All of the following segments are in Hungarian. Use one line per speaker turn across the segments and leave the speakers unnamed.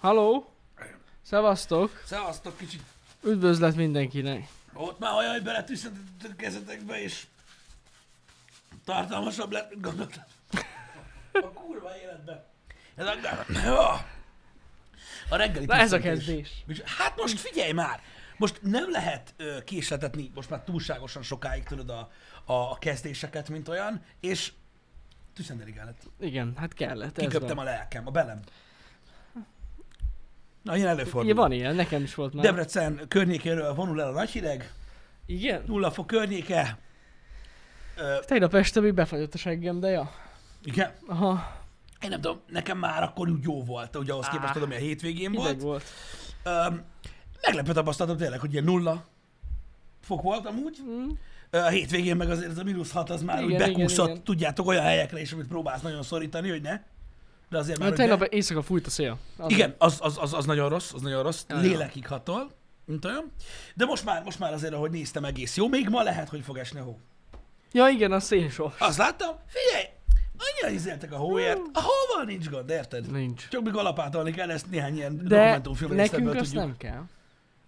Halló! Szevasztok!
Szevasztok kicsit.
Üdvözlet mindenkinek!
Ott már olyan, hogy beletűztetettek a kezetekbe, és tartalmasabb lett, mint gondoltam. A kurva életben. Ez a, a reggeli
Na ez a
tűztetés.
kezdés.
És- Hát most figyelj már! Most nem lehet ö, késletetni, most már túlságosan sokáig tudod a, a, a kezdéseket, mint olyan, és tüszendelig lett.
Igen, hát kellett.
Kiköptem a lelkem, a belem. Na, ilyen
van.
előfordul.
Igen, van ilyen, nekem is volt már.
Debrecen környékéről vonul el a nagy hideg,
Igen?
nulla fok környéke. Ö,
Tegnap este még befagyott a seggem, de ja.
igen,
Aha,
én nem tudom, nekem már akkor úgy jó volt, ugye ahhoz képest
Á,
tudom, ami a hétvégén
hideg
volt.
volt.
Ö, meglepő tapasztalatom tényleg, hogy ilyen nulla fok volt amúgy.
Mm.
Ö, a hétvégén meg azért ez a mínusz hat az már
Igen,
úgy
igen,
bekúszott,
igen.
tudjátok, olyan helyekre is, amit próbálsz nagyon szorítani, hogy ne. De azért már,
Hát
hogy
tegnap
ne.
éjszaka fújt a szél. Az
Igen, az, az, az, az, nagyon rossz, az nagyon rossz,
Nagyon.
lélekig hatol, mint olyan. De most már, most már azért, ahogy néztem, egész jó. Még ma lehet, hogy fog esni a hó.
Ja igen, a szél sor.
Azt láttam, figyelj, annyira izéltek a hóért,
Hmm.
a hóval nincs gond, érted?
Nincs.
Csak még alapátolni kell, ezt néhány ilyen
De
dokumentumfilm
nekünk
részletből
azt
tudjuk.
nem kell.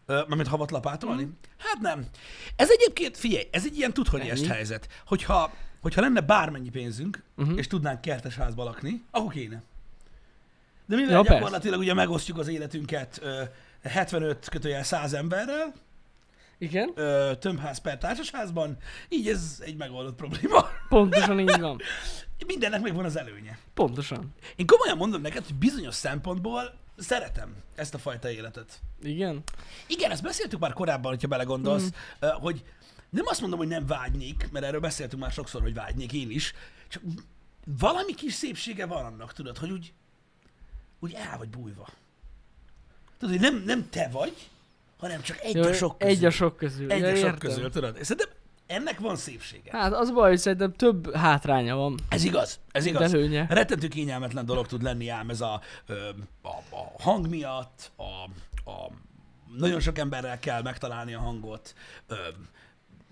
Ö, Mármint havat lapátolni? Mm. Hát nem. Ez egyébként, figyelj, ez egy ilyen tudhoni est
Ennyi.
helyzet. Hogyha, hogyha lenne bármennyi pénzünk,
Mhm.
és tudnánk kertes házba lakni, akkor kéne. De mivel
Ja,
ja,
persze.
gyakorlatilag ugye megosztjuk az életünket ö, 75 kötőjel 100 emberrel,
Igen?
ö, tömbház per társasházban, így ez egy megoldott probléma.
Pontosan így van.
Mindennek megvan az előnye.
Pontosan.
Én komolyan mondom neked, hogy bizonyos szempontból szeretem ezt a fajta életet.
Igen?
Igen, ezt beszéltük már korábban, hogyha belegondolsz,
Hmm.
mm. hogy nem azt mondom, hogy nem vágynék, mert erről beszéltünk már sokszor, hogy vágynék én is, csak valami kis szépsége van annak, tudod, hogy úgy, úgy el vagy bújva. Tudod, hogy nem, nem te vagy, hanem csak egy
Jó,
a sok közül.
Egy a sok közül.
egy
Ja,
a sok
értem.
közül, tudod. És Szerintem ennek van szépsége.
Hát az a baj, hogy szerintem több hátránya van.
Ez igaz, ez
Mint
igaz.
előnye.
Rettentő kényelmetlen dolog tud lenni ám ez a, ö, a, a hang miatt, a, a, nagyon sok emberrel kell megtalálni a hangot, ö,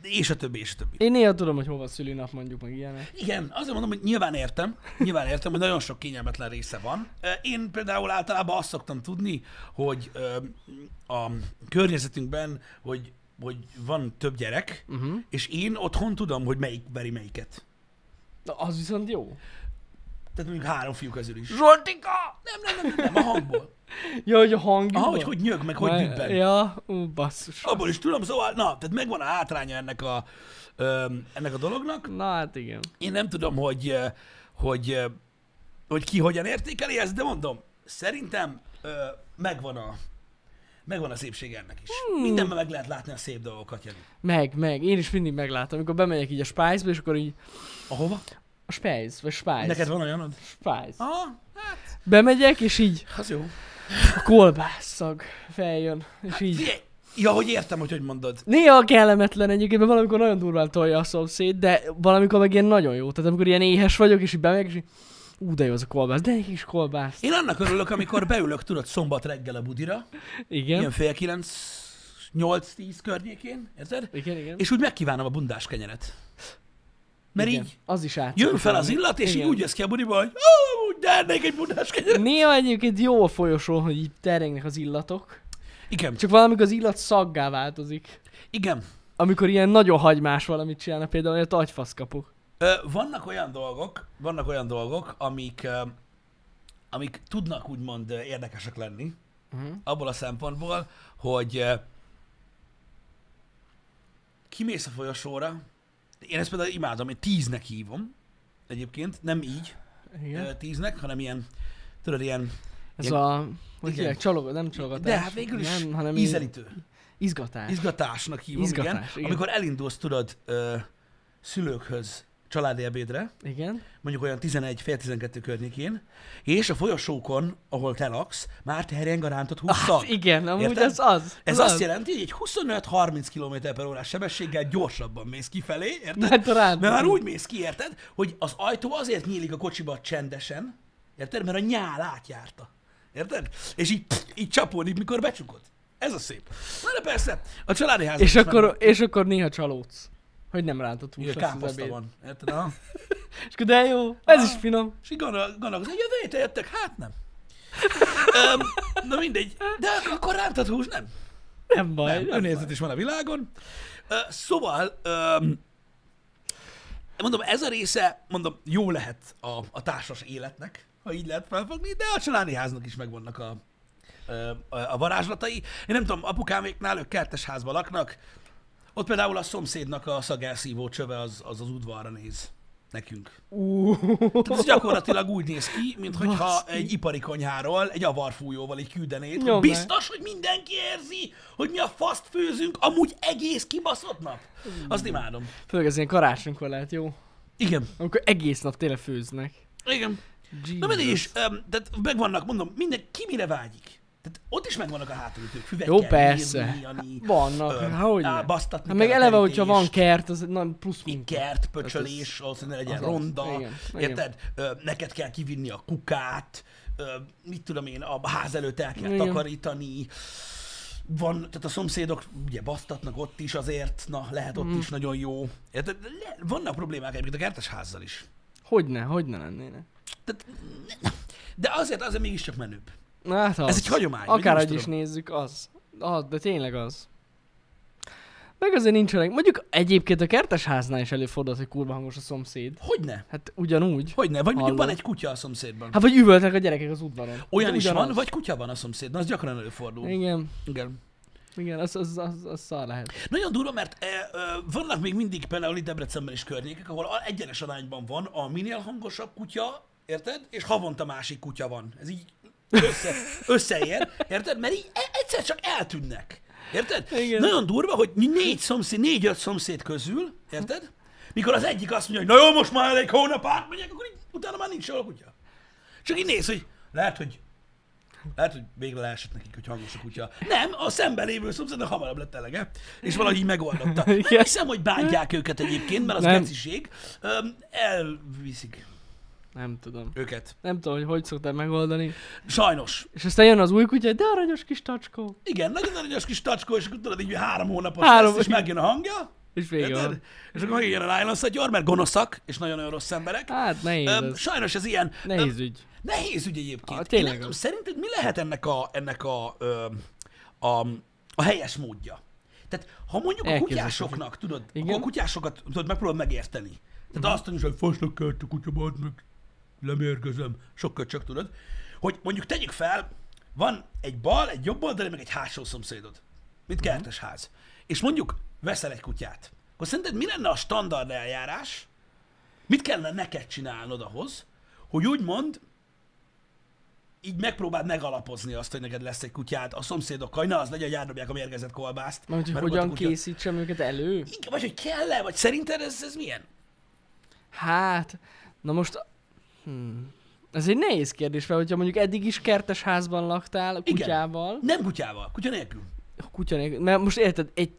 és a többi, és a többi.
Én néha tudom, hogy hol van szülőnap mondjuk meg ilyenek.
Igen, azért mondom, hogy nyilván értem, nyilván értem, hogy nagyon sok kényelmetlen része van. Ö, Én például általában azt szoktam tudni, hogy ö, a környezetünkben, hogy, hogy van több gyerek,
Uh-huh.
és én otthon tudom, hogy melyik veri melyiket.
Na, az viszont jó.
Tehát mondjuk három fiú közül is.
Zsoltika!
Nem, nem, nem, nem, nem a hangból.
Ja, hogy a hang.
Aha, hogy hogy nyög, meg hogy dübben.
Ja, ú, basszus.
Abból is tudom, szóval, na, tehát megvan a hátránya ennek a, öm, ennek a dolognak.
Na hát igen.
Én nem tudom, hogy, ö, hogy, ö, hogy ki hogyan értékeli ezt, de mondom, szerintem ö, megvan a, megvan a szépség ennek is. Mindenben meg lehet látni a szép dolgokat, Jani.
Meg, meg. Én is mindig meglátom. Amikor bemegyek így a spice és akkor így
Ahova?
a Spice, vagy Spice.
Neked van olyanod?
Spice.
Aha, hát,
Bemegyek, és így
az jó.
a kolbásszag feljön. És így.
Figyelj, ja, hogy értem, hogy hogy mondod.
Néha kellemetlen egyébként, mert valamikor nagyon durván tolja a szomszéd, de valamikor meg ilyen nagyon jó. Tehát amikor ilyen éhes vagyok, és így bemegyek, és így, ú, de jó az a kolbász, de egy kis kolbász.
Én annak örülök, amikor beülök, tudod, szombat reggel a budira,
Igen.
ilyen fél kilenc, nyolc, tíz környékén, érted?
Igen, igen.
És úgy megkívánom a bundás kenyeret. Mert
igen.
így
Az is át.
jön fel az illat, és így úgy jössz ki a budiba, hogy ó, úgy dernék egy bundás kenyeret.
Néha egyébként jó a folyosón, hogy így terengnek az illatok.
Igen,
Csak valamikor az illat szaggá változik.
igen.
Amikor ilyen nagyon hagymás valamit csinálnak, például olyat agyfasz kapok.
Ö, vannak olyan dolgok, vannak olyan dolgok, amik, ö, amik tudnak úgymond ö, érdekesek lenni,
Uh-huh.
abból a szempontból, hogy ö, kimész a folyosóra, én ezt például imádom, én tíznek hívom, egyébként, nem így
Igen.
ö, tíznek, hanem ilyen, tudod, ilyen
Ez
ilyen-
a... Hogy
igen.
hívják? Csalogat, nem csalogatás.
De hát végül is
nem, hanem ízelít.
ízelítő.
Izgatás.
Izgatásnak hívom,
Izgatás,
igen.
igen.
Amikor elindulsz, tudod, ö, szülőkhöz családi ebédre,
igen.
mondjuk olyan 11 fél 12 környékén, és a folyosókon, ahol te laksz, már terjeng a rántott húsztag.
Hát igen, amúgy
Ah, Érted?
ez az.
Ez
az
azt jelenti, hogy egy 25-30 km per órás sebességgel gyorsabban mész kifelé, érted?
Mert a rád.
Mert már úgy mész ki, érted, hogy az ajtó azért nyílik a kocsiba csendesen, érted? Mert a nyál átjárta. Érted? És így, pff, így csapódik, mikor becsukod. Ez a szép. Na de persze, a családi házban
És
is megvan.
akkor, és akkor néha csalódsz. Hogy nem rántott hús
Ugye
lesz az
káposzta
ebéd.
van, érted? Aha.
És akkor de jó, ez is finom.
És így gondol- gondolkozom, hogy jövő héten jöttek? Hát nem. Öm, Na mindegy. De ak- akkor rám tart hús, nem?
Nem baj.
Nem,
nem baj.
önérzet is van a világon. Ö, Szóval, ö, mondom, ez a része, mondom, jó lehet a, a társas életnek, ha így lehet felfogni, de a családi háznak is megvannak a, ö, a, a varázslatai. Én nem tudom, apukáméknál ők kertes házban laknak, ott például a szomszédnak a szagelszívó csöve az az, az udvarra néz nekünk.
Ú,
Tehát ez gyakorlatilag úgy néz ki, mintha
Baszki.
egy ipari konyháról, egy avarfújóval így küldenéd, hogy
Nyomd meg.
biztos, hogy mindenki érzi, hogy mi a faszt főzünk amúgy egész kibaszott nap. Azt imádom.
Főleg az ilyen karácsonykor lehet jó.
Igen.
Amikor egész nap tényleg főznek.
Igen. Na mindig is, öm, tehát megvannak, mondom, minden, ki mire vágyik. Tehát ott is megvannak a hátulütők, füvekkel,
Jó, persze.
írni, Jani,
Vannak,
öm,
hát hogyne.
á, basztatni
Hát meg
kell a
eleve, hogyha
kerítés.
van kert, az na, plusz
Mi
munka.
kert, pöcsölés, ahhoz, hogy ne legyen
Hát az az.
ronda,
Igen, igen.
érted? Ö, neked kell kivinni a kukát, ö, mit tudom én, a ház előtt el kell
Igen.
takarítani, van, tehát a szomszédok ugye basztatnak ott is azért, na lehet
Mhm.
ott is nagyon jó. Érted? Le- Vannak problémák egyébként a kertes házzal is.
Hogyne, hogyne lennének.
Tehát, ne- de azért, azért mégiscsak menőbb.
Na, hát az.
Ez egy hagyomány, vagy nem
Akárhogy
is
is nézzük, az. Az, de tényleg az. Meg azért nincsenek. Mondjuk egyébként a kertesháznál is előfordult, hogy kurva hangos a szomszéd.
Hogyne?
Hát ugyanúgy.
Hogyne? Vagy mondjuk van
Hallom.
egy kutya a szomszédban.
Hát vagy üvöltek a gyerekek az udvaron.
Olyan
Hát
is
ugyanaz.
van, vagy kutya van a szomszédban, az gyakran előfordul.
Igen,
Igen.
igen, az, az, az, az szar lehet.
Nagyon durva, mert e, e, vannak még mindig például itt Debrecenben is környékek, ahol a- egyenes arányban van a minél hangosabb kutya, érted? És havonta másik kutya van. Ez így össze, összeér, érted? Mert így e- egyszer csak eltűnnek. Érted?
Igen.
Nagyon durva, hogy négy szomszéd, négy-öt szomszéd közül, érted? Mikor az egyik azt mondja, hogy na jó, most már egy hónap átmegyek, akkor így, utána már nincs sehol kutya. Csak így néz, hogy lehet, hogy lehet, hogy végre leesett nekik, hogy hangos a kutya. Nem, a szemben lévő szomszédnak hamarabb lett elege, és valahogy így megoldotta. Nem
Igen.
hiszem, hogy bántják őket egyébként, mert az
Nem.
geciség. Öm, elviszik
Nem tudom.
őket.
Nem tudom, hogy hogy szokták megoldani.
Sajnos.
És aztán jön az új kutya, de aranyos kis tacskó.
Igen, nagyon aranyos kis tacskó, és akkor tudod, így három hónapos három.
Három-
lesz, és megjön a hangja.
És vége
Érted?
van.
És akkor megjön a Lion Szatyor, mert gonoszak, és nagyon-nagyon rossz emberek.
Hát nehéz
Öm,
ez.
sajnos ez ilyen. Öm,
Nehéz ügy.
Nehéz ügy egyébként.
Ah,
Én
tényleg
nem tudom,
az.
szerinted mi lehet ennek a, ennek a, ö, a, a helyes módja? Tehát ha mondjuk a
Elképzelhetetlen.
kutyásoknak, tudod,
Igen. Mhm.
akkor a kutyásokat tudod, megpróbálod megérteni. Tehát azt mondjuk, hogy fosnak kelt a kutyamat, meg lemérgezem, sokkal csak tudod. Hogy mondjuk tegyük fel, van egy bal, egy jobb oldali, meg egy hátsó szomszédod. Mint
Mhm.
kertes ház. És mondjuk veszel egy kutyát. Akkor szerinted mi lenne a standard eljárás, Mit kellene neked csinálnod ahhoz, hogy úgymond így megpróbáld megalapozni azt, hogy neked lesz egy kutyád a szomszédokkal, hogy ne az legyen, hogy átdobják a mérgezett kolbászt.
Mert hogy
mert volt a
hogyan
kutya.
készítsem őket elő?
Igen, vagy hogy kell-e, vagy szerinted ez, ez milyen?
Hát, na most... Hmm. Ez egy nehéz kérdés, mert hogyha mondjuk eddig is kertes házban laktál,
Igen.
kutyával,
Nem kutyával, kutya nélkül.
kutya nélkül, mert most érted, egy,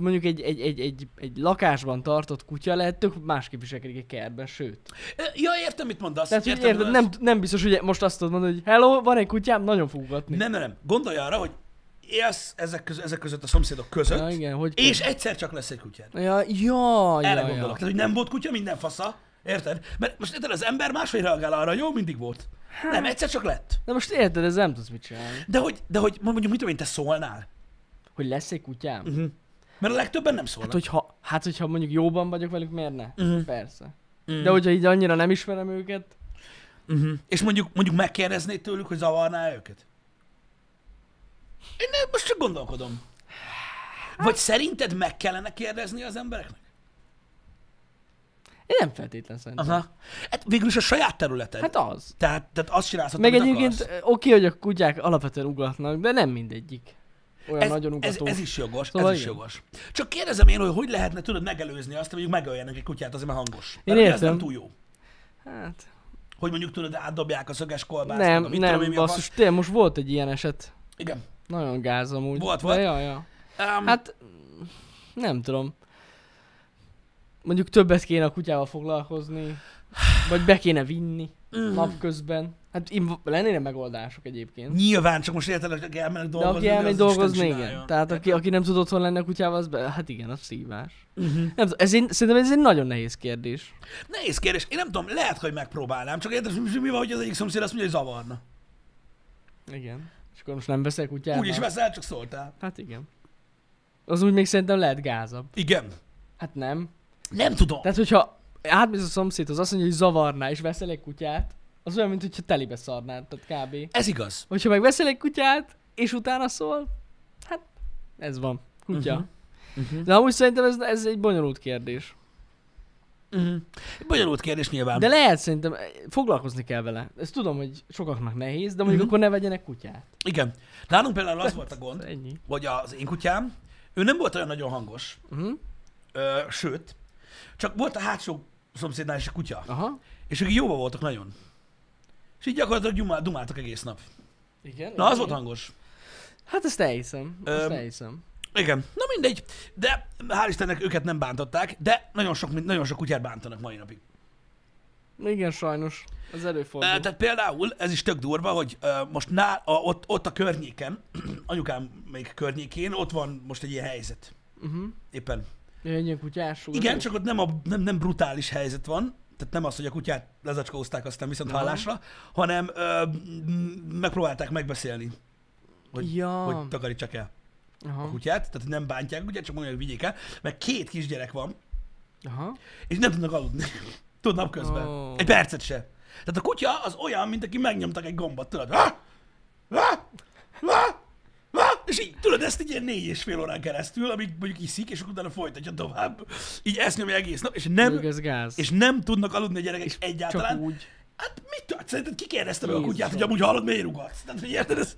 mondjuk egy, egy, egy, egy, egy lakásban tartott kutya lehet tök másképp viselkedik egy kertben, sőt.
Ö, Ja, értem, mit mondasz.
Tehát, hogy
értem,
érted,
mondasz.
nem, nem biztos, hogy most azt tudod mondani, hogy hello, van egy kutyám, nagyon fúgatni.
nem, nem, nem. Gondolj arra, hogy élsz ezek között, ezek között a szomszédok között,
Ja, igen, hogy
és egyszer csak lesz egy kutyád.
Ja, ja,
Erre
ja,
gondolok.
ja.
Tehát, hogy nem volt kutya, minden fasza. Érted? Mert most érted, az ember máshogy reagál arra, jó, mindig volt. Nem, egyszer csak lett.
De most érted, ez nem tudsz mit csinálni.
De hogy, de hogy mondjuk, mit tudom én, te szólnál?
Hogy lesz egy kutyám? Uh-huh.
Mert a legtöbben nem szólnak.
Hát, hogyha, hát, hogyha mondjuk jóban vagyok velük, miért ne?
Mhm.
Uh-huh. Persze. Uh-huh. De hogyha így annyira nem ismerem őket,
Uh-huh. És mondjuk, mondjuk megkérdeznéd tőlük, hogy zavarná őket? Én nem, most csak gondolkodom. Vagy szerinted meg kellene kérdezni az embereknek?
én nem feltétlen szerintem.
Aha. Hát végül is a saját területed. Hát,
Hát az.
tehát, tehát azt csinálsz, amit
Meg egyébként
akarsz.
ö, oké, hogy a kutyák alapvetően ugatnak, de nem mindegyik. Olyan
Ez,
nagyon
ez,
ugató.
ez, is jogos,
Szóval
ez is
igen.
jogos. Csak kérdezem én, hogy hogy lehetne tudod megelőzni azt, hogy mondjuk megöljenek egy kutyát, azért mert hangos. Mert ugye ez
értem.
nem túl jó.
Hát,
Hogy mondjuk tudod, átdobják a szöges kolbászt.
nem,
meg a mit tudom én,
nem,
mi a fasz.
basszus, tényleg most volt egy ilyen eset.
Igen.
Nagyon gáz amúgy.
Volt,
De
volt?
Ja, ja.
Um,
Hát, mm, nem tudom. Mondjuk többet kéne a kutyával foglalkozni, vagy be kéne vinni
Mhm.
napközben. Hát im- lennének megoldások egyébként.
Nyilván, csak most érted, hogy aki elmennek
De
dolgozni.
aki elmegy
az Isten
dolgozni,
csinálja.
igen. Tehát aki, aki nem tud otthon lenni a kutyával, az be, hát igen, az szívás.
Mhm.
Uh-huh. Nem, tudom, ez egy, szerintem ez egy nagyon nehéz kérdés.
Nehéz kérdés. Én nem tudom, lehet, hogy megpróbálnám, csak érted, hogy mi van, hogy az egyik szomszéd azt mondja, hogy zavarna.
Igen. És akkor most nem veszek kutyával?
Úgy is veszel, csak szóltál.
Hát igen. Az úgy még szerintem lehet gázabb.
Igen.
Hát nem.
Nem tudom.
Tehát, hogyha átmész a szomszédhoz, azt mondja, hogy zavarná, és veszel egy kutyát, az olyan, mint hogyha telibe szarnád, tehát kb.
Ez igaz.
Hogyha meg veszel egy kutyát, és utána szól, hát ez van. Kutya.
Mhm.
Uh-huh. De amúgy szerintem ez, ez egy bonyolult kérdés.
Uh-huh. Bonyolult kérdés nyilván.
De lehet szerintem, eh, foglalkozni kell vele. Ezt tudom, hogy sokaknak nehéz, de mondjuk
Mhm.
uh-huh. akkor ne vegyenek kutyát.
Igen. Nálunk például az volt a
Ez
gond,
Ennyi.
hogy az én kutyám, ő nem volt olyan nagyon hangos,
Uh-huh.
ö, sőt, csak volt a hátsó szomszédnál is egy kutya,
Aha.
és ők jóba voltak nagyon. És így gyakorlatilag gyumá- dumáltak egész nap.
Igen.
Na, az
igen.
volt hangos.
Hát ezt elhiszem. Ezt
Öm,
elhiszem.
Igen. Na mindegy, de hál' Istennek őket nem bántották, de nagyon sok, mind- nagyon sok kutyát bántanak mai napig.
Igen, sajnos. Az előfordul.
Ö, Tehát például ez is tök durva, hogy ö, most nál, a, ott, ott a környéken, anyukám még környékén, ott van most egy ilyen helyzet.
Uh-huh.
Éppen.
Jön ilyen kutyás úr.
Igen, csak ott nem, a, nem, nem brutális helyzet van, tehát nem az, hogy a kutyát lezacskózták aztán viszont
Aha.
hallásra, hanem ö, m- megpróbálták megbeszélni, hogy,
Ja.
hogy takarítsák el a
Aha.
kutyát, tehát hogy nem bántják a kutyát, csak mondják, hogy vigyék el, mert két kisgyerek van,
Aha.
és nem tudnak aludni. Tud napközben.
Ó.
Oh. Egy percet se. Tehát a kutya az olyan, mint aki megnyomtak egy gombot, tudod? Vá! Vá! Vá! Vá! És így, tudod, ezt egy ilyen négy és fél órán keresztül, amíg mondjuk iszik, és akkor utána folytatja tovább. Így ezt nyomja egész nap, és nem,
Mondjuk ez gáz.
és nem tudnak aludni a gyerekek és
Csak
egyáltalán.
úgy.
Hát mit tudsz? Szerinted kikérdezte meg a
Jézusom.
kutyát, hogy amúgy hallod, miért ugatsz? Tehát, hogy érted, ez,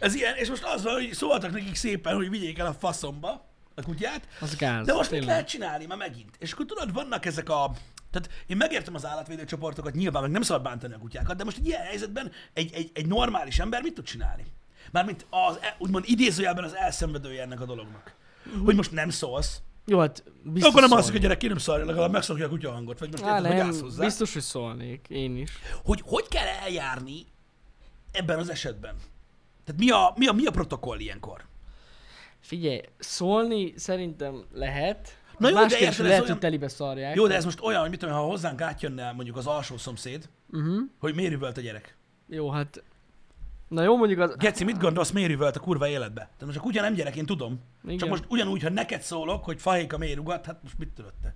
ez ilyen, és most az van, hogy szóltak nekik szépen, hogy vigyék el a faszomba a kutyát,
Az gáz.
de most mit
tényleg.
lehet csinálni már megint? És akkor tudod, vannak ezek a... Tehát én megértem az állatvédő csoportokat, nyilván meg nem szabad bántani a kutyákat, de most egy ilyen helyzetben egy, egy, egy normális ember mit tud csinálni? Mármint az, e- úgymond idézőjelben az elszenvedője ennek a dolognak. Hogy most nem szólsz,
Jó, hát biztos
akkor nem alszik a
szólni.
gyerek, ki nem szarja, legalább megszokja a kutya hangot, vagy most
Á,
érted, hogy állsz
nem,
hozzá.
biztos, hogy szólnék. Én is.
Hogy hogy kell eljárni ebben az esetben? Tehát mi a, mi a, mi a protokoll ilyenkor?
Figyelj, szólni szerintem lehet.
Na jó, de
Más kérdés,
érted,
hogy
ez
lehet,
olyan-
hogy telibe szarják.
Jó, de ez most olyan, hogy mit tudom, én, ha hozzánk átjönne mondjuk az alsó szomszéd,
Uh-huh.
hogy miért üvölt a gyerek?
Jó, hát... Na jó, mondjuk az...
Geci, mit gondolsz, miért üvölt a kurva életbe? Tehát most a kutya nem gyerek, én tudom.
Igen.
Csak most ugyanúgy, ha neked szólok, hogy fahéka miért ugat, hát most mit tudod te?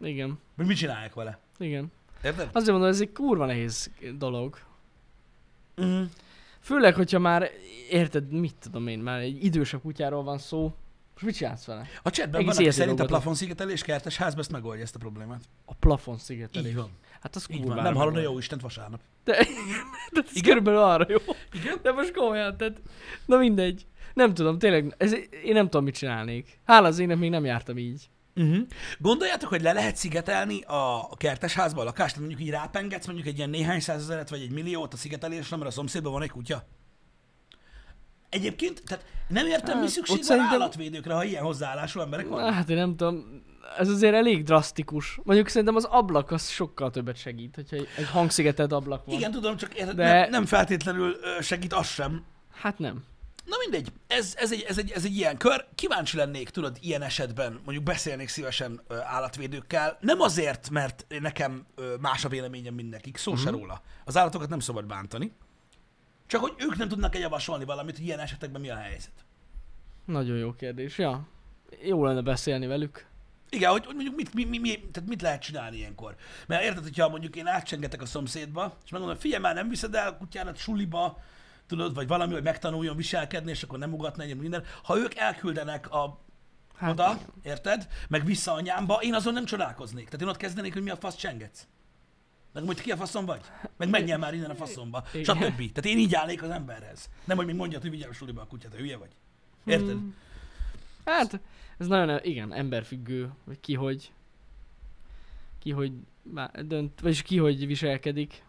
Igen.
Hogy mit csinálják vele?
Igen.
Érted?
Azért mondom, ez egy kurva nehéz dolog.
Mm.
Főleg, hogyha már, érted, mit tudom én, már egy idősebb kutyáról van szó. Most mit csinálsz vele?
A chatben
Egész
van, aki
életé
szerint a
dolgotok.
plafonszigetelés kertes házba ezt megoldja ezt a problémát.
A plafon
Így
szigetelés.
van.
Hát az
Így
kurva.
van. Nem hallod a jó Istent vasárnap.
De, de ez körülbelül arra jó.
Igen?
De most komolyan, tehát, na mindegy. Nem tudom, tényleg, ez, én nem tudom, mit csinálnék. Hála az ének, még nem jártam így.
Uh-huh. Gondoljátok, hogy le lehet szigetelni a a kertesházba a lakást, Tehát mondjuk így rápengetsz mondjuk egy ilyen néhány százezeret vagy egy milliót a szigetelésre, mert a szomszédban van egy kutya? Egyébként, tehát nem értem, hát, mi
Hát,
szükség van
ott
szerintem...
szerintem-
állatvédőkre, ha ilyen hozzáállású emberek
Na,
vannak.
hát én nem tudom, ez azért elég drasztikus. Mondjuk szerintem az ablak az sokkal többet segít, hogyha egy- egy hangszigetelt ablak van.
Igen, tudom, csak érted, De...
De-
nem, nem feltétlenül ö, segít az sem.
Hát nem.
Na mindegy, ez, ez, egy, ez, egy, ez egy ilyen kör. Kíváncsi lennék, tudod, ilyen esetben, mondjuk beszélnék szívesen ö, állatvédőkkel. Nem azért, mert nekem ö, más a véleményem mindenkik, szó se róla. Az állatokat nem szabad bántani. Csak hogy ők nem tudnak javasolni valamit, hogy ilyen esetekben mi a helyzet.
Nagyon jó kérdés, ja. Jó lenne beszélni velük.
Igen, hogy, hogy mondjuk mit, mi, mi, mi, tehát mit lehet csinálni ilyenkor? Mert érted, hogyha mondjuk én átcsengetek a szomszédba, és megmondom, figyelj már, nem viszed el a kutyádat suliba, tudod, vagy valami, hogy megtanuljon viselkedni, és akkor nem ugatna egyéb minden. Ha ők elküldenek a
Hát,
oda, érted? Meg vissza anyámba, én azon nem csodálkoznék. Tehát én ott kezdenék, hogy mi a fasz csengetsz. Meg hogy ki a faszom vagy? Meg menjen már innen a faszomba.
Igen.
Stb. Tehát én így állnék az emberhez. Nem, hogy még mondjad, hogy vigyázz a suliba a kutyát, te hülye vagy. Érted?
Hmm. Hát, ez nagyon, igen, emberfüggő, hogy ki hogy, ki hogy bá- dönt, vagyis ki hogy viselkedik.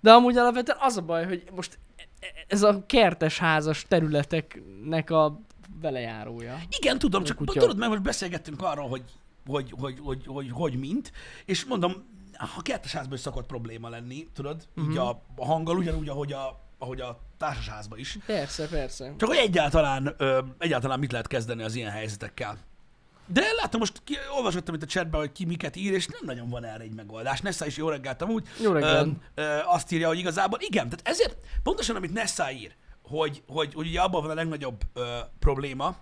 De amúgy alapvetően az a baj, hogy most e- e- ez a kertes házas területeknek a velejárója.
Igen, tudom, csak
kutya.
tudod, mert most beszélgettünk arról, hogy hogy, hogy, hogy, hogy, hogy mint, és mondom, a kertesházban is szokott probléma lenni, tudod,
Mhm.
így a, a hanggal ugyanúgy, ahogy a, ahogy a társasházban is.
Persze, persze.
Csak hogy egyáltalán, ö, egyáltalán mit lehet kezdeni az ilyen helyzetekkel. De látom, most ki, olvasottam itt a chatbe, hogy ki miket ír, és nem nagyon van erre egy megoldás. Nessa is jó reggelt amúgy.
Jó reggelt.
Öm, ö, azt írja, hogy igazából igen, tehát ezért pontosan, amit Nessa ír, hogy, hogy, hogy ugye abban van a legnagyobb ö, probléma,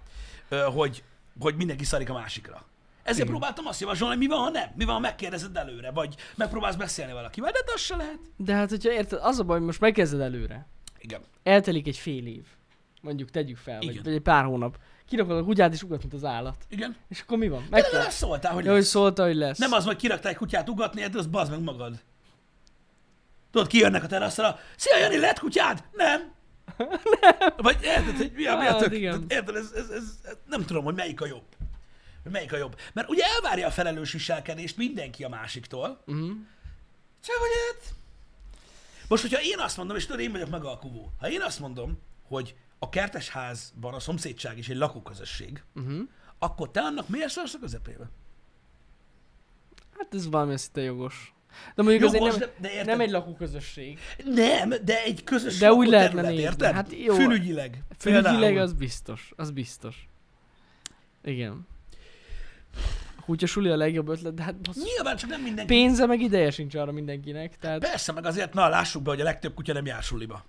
ö, hogy, hogy mindenki szarik a másikra. Ezért
Igen.
próbáltam azt javasolni, hogy mi van, ha nem? Mi van, ha megkérdezed előre, vagy megpróbálsz beszélni valakivel, de az se lehet.
De hát, hogyha érted, az a baj, hogy most megkezded előre.
Igen.
Eltelik egy fél év. Mondjuk tegyük fel, vagy,
Igen.
vagy egy pár hónap. Kirakod a kutyát és ugat, mint az állat.
Igen.
És akkor mi van? Meg
De, de, de szóltál, hogy
Jó, hogy szólta, hogy lesz.
Nem az, hogy kiraktál egy kutyát ugatni, hát az bazd meg magad. Tudod, kijönnek a teraszra. Szia, Jani, lett kutyád? Nem. nem. Vagy érted, hogy mi a, mi a
Hát
tök?
igen.
Érted, ez, ez, ez, ez, nem tudom, hogy melyik a jobb. Hogy Melyik a jobb. Mert ugye elvárja a felelős viselkedést mindenki a másiktól.
Uh-huh.
Csak hogy hát... Most, hogyha én azt mondom, és tudod, én vagyok megalkuvó. Ha én azt mondom, hogy a kertesházban a szomszédság is egy lakóközösség,
Uh-huh.
akkor te annak miért szólsz a közepébe?
Hát ez valami szinte jogos. De mondjuk
Jogos,
jogos, azért
de- de
nem, de,
érted?
nem egy lakóközösség.
Nem, de egy közös
De úgy lehetne
lakóterület,
nézni.
érted?
Hát jó.
Fülügyileg.
Fülügyileg
például.
az biztos, az biztos. Igen. A kutya suli a legjobb ötlet, de hát basszus,
Nyilván csak nem mindenki.
pénze meg ideje sincs arra mindenkinek, tehát
Persze, meg azért, na lássuk be, hogy a legtöbb kutya nem jár suliba.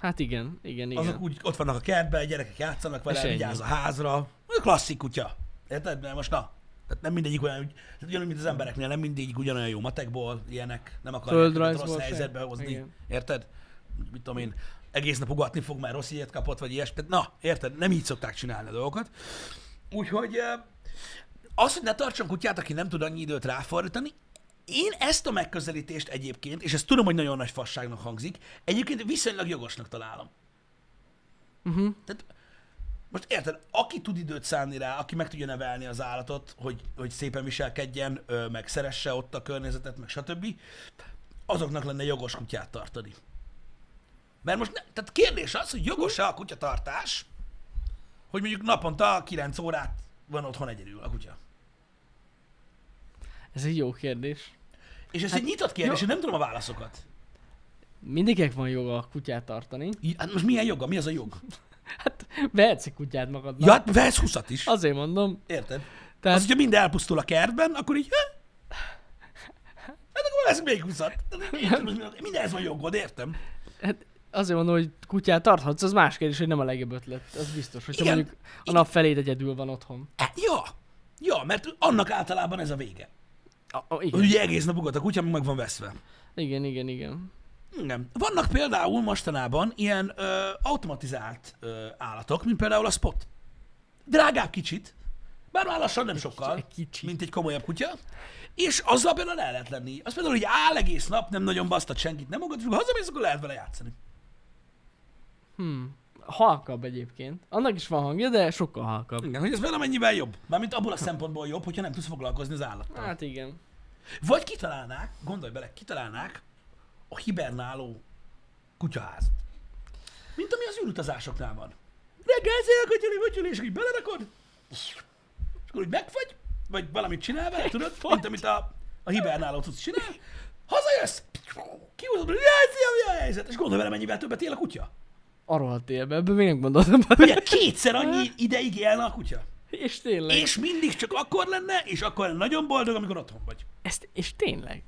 hát igen, igen, igen.
Azok úgy ott vannak a kertben, a gyerekek játszanak
És
vele,
ennyi.
vigyáz a házra. Ez klasszik kutya. Érted? Mert most na, tehát nem mindegyik olyan, úgy- tehát ugyanúgy, mint az embereknél, nem mindegyik ugyanolyan jó matekból, ilyenek, nem akarják őket
Földrajzból
rossz
se.
helyzetbe hozni.
Igen.
Érted? Mit tudom én, egész nap ugatni fog, mert rossz ilyet kapott, vagy ilyesmi. Tehát Na, érted? Nem így szokták csinálni a dolgokat. Úgyhogy eh, az, hogy ne tartson kutyát, aki nem tud annyi időt ráfordítani, én ezt a megközelítést egyébként, és ezt tudom, hogy nagyon nagy fasságnak hangzik, egyébként viszonylag jogosnak találom.
Uh-huh.
Tehát most érted, aki tud időt szánni rá, aki meg tudja nevelni az állatot, hogy, hogy szépen viselkedjen, ö, meg szeresse ott a környezetet, meg stb., azoknak lenne jogos kutyát tartani. Mert most, ne, tehát kérdés az, hogy jogos-e a kutyatartás, hogy mondjuk naponta 9 órát van otthon egyedül a kutya.
Ez egy jó kérdés.
És ez
Hát,
egy nyitott kérdés,
jó.
én nem tudom a válaszokat.
Mindenkinek van joga a kutyát tartani.
Í- Hát most milyen joga? Mi az a jog?
Hát vehetsz egy kutyát magadnak.
Ja, hát vehetsz 20 is.
Azért mondom.
Érted?
Tehát
Az, hogyha mind elpusztul a kertben, akkor így... eh? Hát akkor lesz még 20 Mindenhez van jogod, értem?
hát azért mondom, hogy kutyát tarthatsz, az más kérdés, hogy nem a legjobb ötlet. Az biztos, hogyha
Igen.
mondjuk a nap felét egyedül van otthon.
Hát, Ja. Ja, mert annak általában ez a vége.
A, a,
Hogy
igen.
ugye egész nap ugat a kutya, ami meg van veszve.
igen, igen, igen.
Nem. Vannak például mostanában ilyen ö, automatizált ö, állatok, mint például a spot. Drágább kicsit, bár már lassan nem sokkal,
Egy kicsit.
mint egy komolyabb kutya, és azzal például el lehet lenni. Az például, hogy áll egész nap, nem nagyon basztat senkit, nem ugat, és akkor hazamész, akkor lehet vele játszani.
Hmm. Halkabb egyébként. Annak is van hangja, de sokkal halkabb.
Igen, hogy ez valamennyivel jobb. Mármint abból a szempontból jobb, hogyha nem tudsz foglalkozni az állattal.
Hát igen.
Vagy kitalálnák, gondolj bele, kitalálnák a hibernáló kutyaházat. Mint ami az űrutazásoknál van. Reggel szélkötyöli, vötyöli, és így belerakod, és akkor úgy megfagy, vagy valamit csinál vele, tudod, mint amit a, a hibernáló tudsz csinálni. Hazajössz, kiúzod, hogy jaj, szia, mi a helyzet, és gondolj bele, mennyivel többet él a kutya.
A rohadt élbe, ebből még nem gondoltam bele.
Ugye kétszer annyi ideig élne a kutya.
És tényleg.
És mindig csak akkor lenne, és akkor lenne nagyon boldog, amikor otthon vagy.
Ezt, és tényleg.